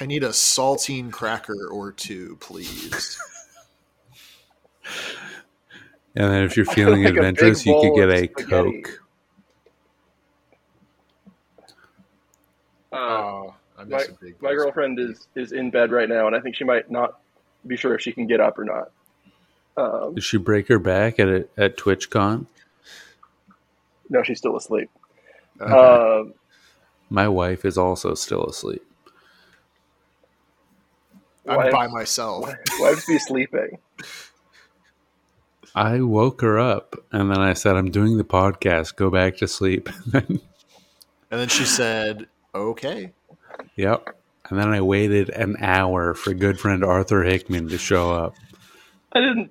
S2: I need a saltine cracker or two, please.
S1: And then if you're feeling
S3: Like a big
S1: adventurous, you could
S3: bowl
S1: get
S3: of
S1: a
S3: spaghetti.
S1: Coke.
S3: Uh,
S2: oh, I
S3: my-
S2: miss a big.
S3: my girlfriend is is in bed right now, and I think she might not be sure if she can get up or not. Um,
S1: Did she break her back at a, at TwitchCon?
S3: no, she's still asleep.
S2: Uh,
S3: Um,
S1: My wife is also still asleep.
S2: I'm
S3: wives-
S2: by myself.
S3: Wives be sleeping.
S1: I woke her up and then I said, "I'm doing the podcast. Go back to sleep." And then
S2: And then she said, "Okay."
S1: Yep. And then I waited an hour for good friend Arthur Hickman to show up.
S3: I didn't.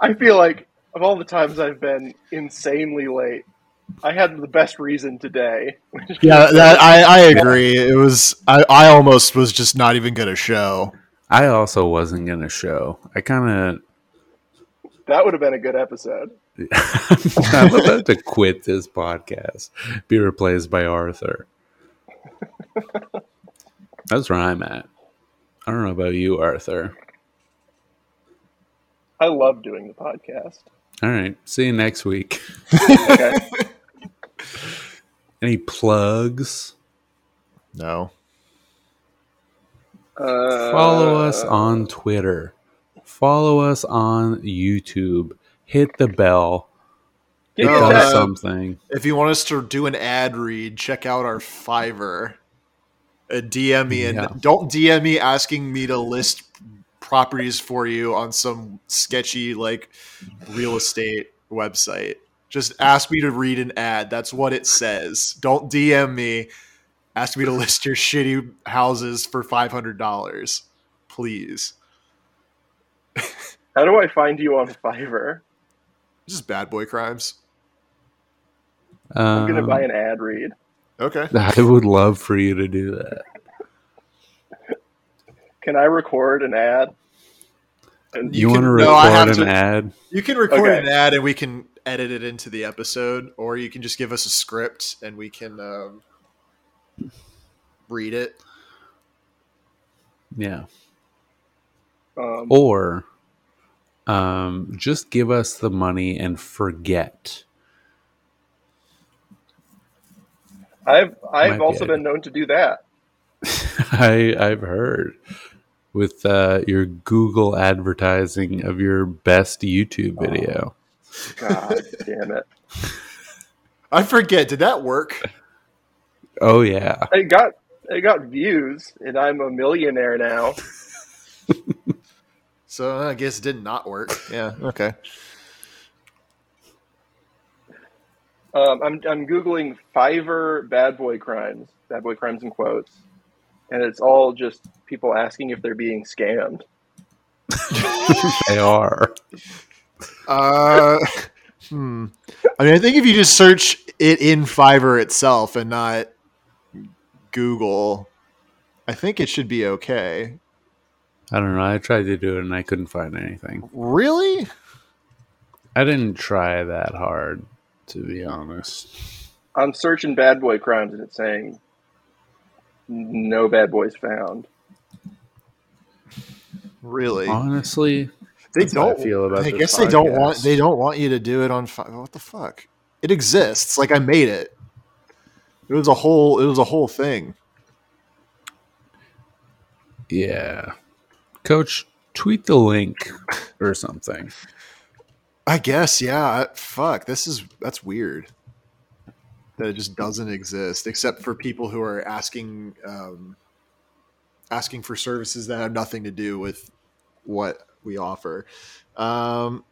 S3: I feel like of all the times I've been insanely late, I had the best reason today.
S2: Yeah, that, I, I agree. It was I, I almost was just not even gonna show.
S1: I also wasn't going to show. I kind
S3: That would have been a good episode.
S1: of I'm about to quit this podcast, be replaced by Arthur. That's where I'm at. I don't know about you, Arthur.
S3: I love doing the podcast.
S1: All right. See you next week.
S3: Okay.
S1: Any plugs?
S2: No.
S3: Uh,
S1: Follow us on Twitter. Follow us on YouTube. Hit the bell.
S3: Get
S2: No,
S3: your
S1: Done
S2: uh,
S3: tax-
S1: something.
S2: If you want us to do an ad read, check out our Fiverr. Uh, DM me and
S1: Yeah.
S2: don't DM me asking me to list properties for you on some sketchy like real estate website. Just ask me to read an ad. That's what it says. Don't DM me. Ask me to list your shitty houses for five hundred dollars, please.
S3: How do I find you on Fiverr?
S2: Just bad boy crimes.
S3: I'm gonna
S1: Um,
S3: buy an ad read.
S2: Okay.
S1: I would love for you to do that.
S3: Can I record an ad? And
S1: You,
S2: can-
S1: want to
S2: no, I have
S1: record an
S2: to-
S1: ad?
S2: You can record
S3: Okay.
S2: an ad and we can edit it into the episode, or you can just give us a script and we can um, read it.
S1: Yeah.
S3: um,
S1: Or um, just give us the money and forget.
S3: I've
S1: Might
S3: I've
S1: be
S3: also
S1: it.
S3: been known to do that.
S1: I, I've heard with uh, your Google advertising of your best YouTube video.
S3: God damn it!
S2: I forget. Did that work?
S1: Oh, yeah.
S3: It got it got views, and I'm a millionaire now.
S2: So I guess it did not work. Yeah. Okay.
S3: Um, I'm I'm googling Fiverr bad boy crimes, bad boy crimes in quotes, and it's all just people asking if they're being scammed.
S1: They are.
S2: Uh, hmm. I mean, I think if you just search it in Fiverr itself and not Google, I think it should be okay.
S1: I don't know. I tried to do it and I couldn't find anything.
S2: Really?
S1: I didn't try that hard, to be honest.
S3: I'm searching bad boy crimes, and it's saying No bad boys found.
S2: Really,
S1: Honestly,
S2: they
S1: that's how I
S2: don't.
S1: feel about
S2: I
S1: this
S2: guess they don't want
S1: podcast.
S2: they don't want you to do it on fi- what the fuck? It exists. Like I made it. It was a whole. It was a whole thing.
S1: yeah. Coach, tweet the link or something.
S2: I guess. Yeah. I- Fuck. This is that's weird. That it just doesn't exist, except for people who are asking um, asking for services that have nothing to do with what we offer. Um,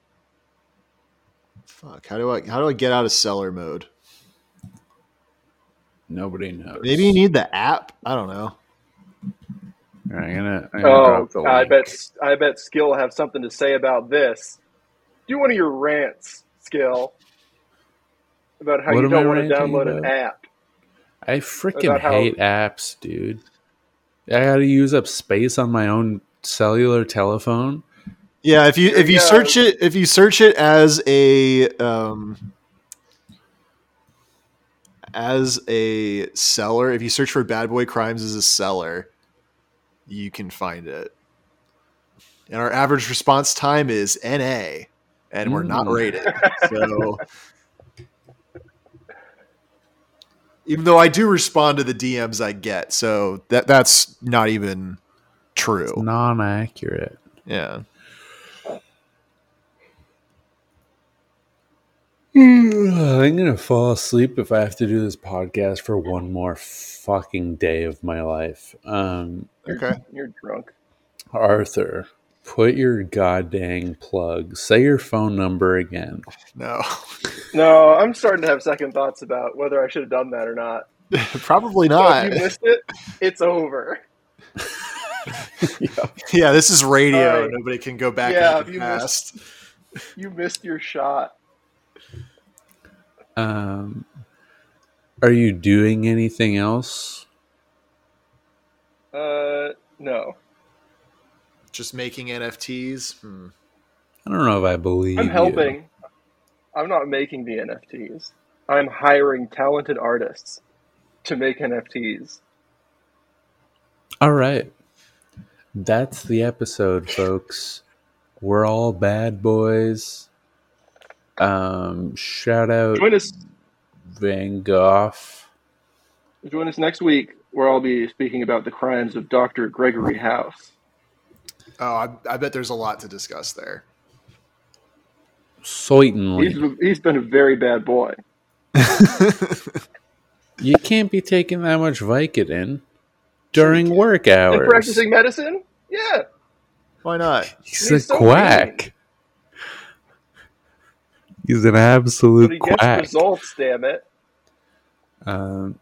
S2: fuck. How do I how do I get out of seller mode?
S1: Nobody knows.
S2: Maybe you need the app. I don't know.
S1: All right, I'm gonna. I'm gonna
S3: Oh,
S1: drop the
S3: I
S1: link.
S3: bet I bet Skill will have something to say about this. Do one of your rants, Skill, about how
S1: What
S3: you
S1: am
S3: don't
S1: I
S3: want to
S1: ranting
S3: download an
S1: about?
S3: app.
S1: I freaking
S3: about how-
S1: hate apps, dude. I got to use up space on my own cellular telephone.
S2: Yeah, if you
S3: Here
S2: if
S3: we
S2: you
S3: go.
S2: search it if you search it as a um as a seller, if you search for Bad Boy Crimes as a seller, you can find it. And our average response time is NA, and we're not
S1: Mm.
S2: rated. So even though I do respond to the DMs I get, so that that's not even true.
S1: Non accurate.
S2: Yeah.
S1: I'm gonna fall asleep if I have to do this podcast for one more fucking day of my life. Um,
S2: Okay.
S3: You're drunk.
S1: Arthur, put your goddamn plug. Say your phone number again.
S2: No.
S3: No, I'm starting to have second thoughts about whether I should have done that or not.
S2: Probably
S3: So
S2: not.
S3: if you missed it, it's over.
S2: yeah, this is radio.
S3: Sorry.
S2: Nobody can go back
S3: Yeah,
S2: yeah,
S3: if
S2: the
S3: you
S2: past.
S3: You missed your shot.
S1: Um, are you doing anything else?
S3: Uh, no,
S2: Just making NFTs. Hmm.
S1: I don't know if I believe.
S3: I'm
S1: you.
S3: helping. I'm not making the NFTs. I'm hiring talented artists to make NFTs.
S1: All right. That's the episode, folks. We're all bad boys. Um, shout out
S3: Join us.
S1: Van Gogh.
S3: Join us next week, where I'll be speaking about the crimes of Dr. Gregory House.
S2: Oh, I, I bet there's a lot to discuss there.
S3: He's,
S1: Certainly.
S3: he's been a very bad boy.
S1: You can't be taking that much Vicodin during work
S3: And
S1: hours.
S3: practicing medicine? Yeah.
S2: Why not?
S1: He's,
S3: He's
S1: a
S3: so
S1: quack.
S3: mean.
S1: He's an
S3: But he
S1: absolute
S3: gets
S1: quack.
S3: results, damn it.
S1: Um,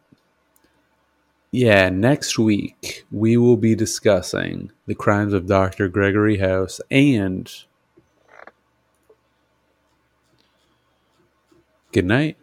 S1: yeah, next week we will be discussing the crimes of Dr. Gregory House and. Good night.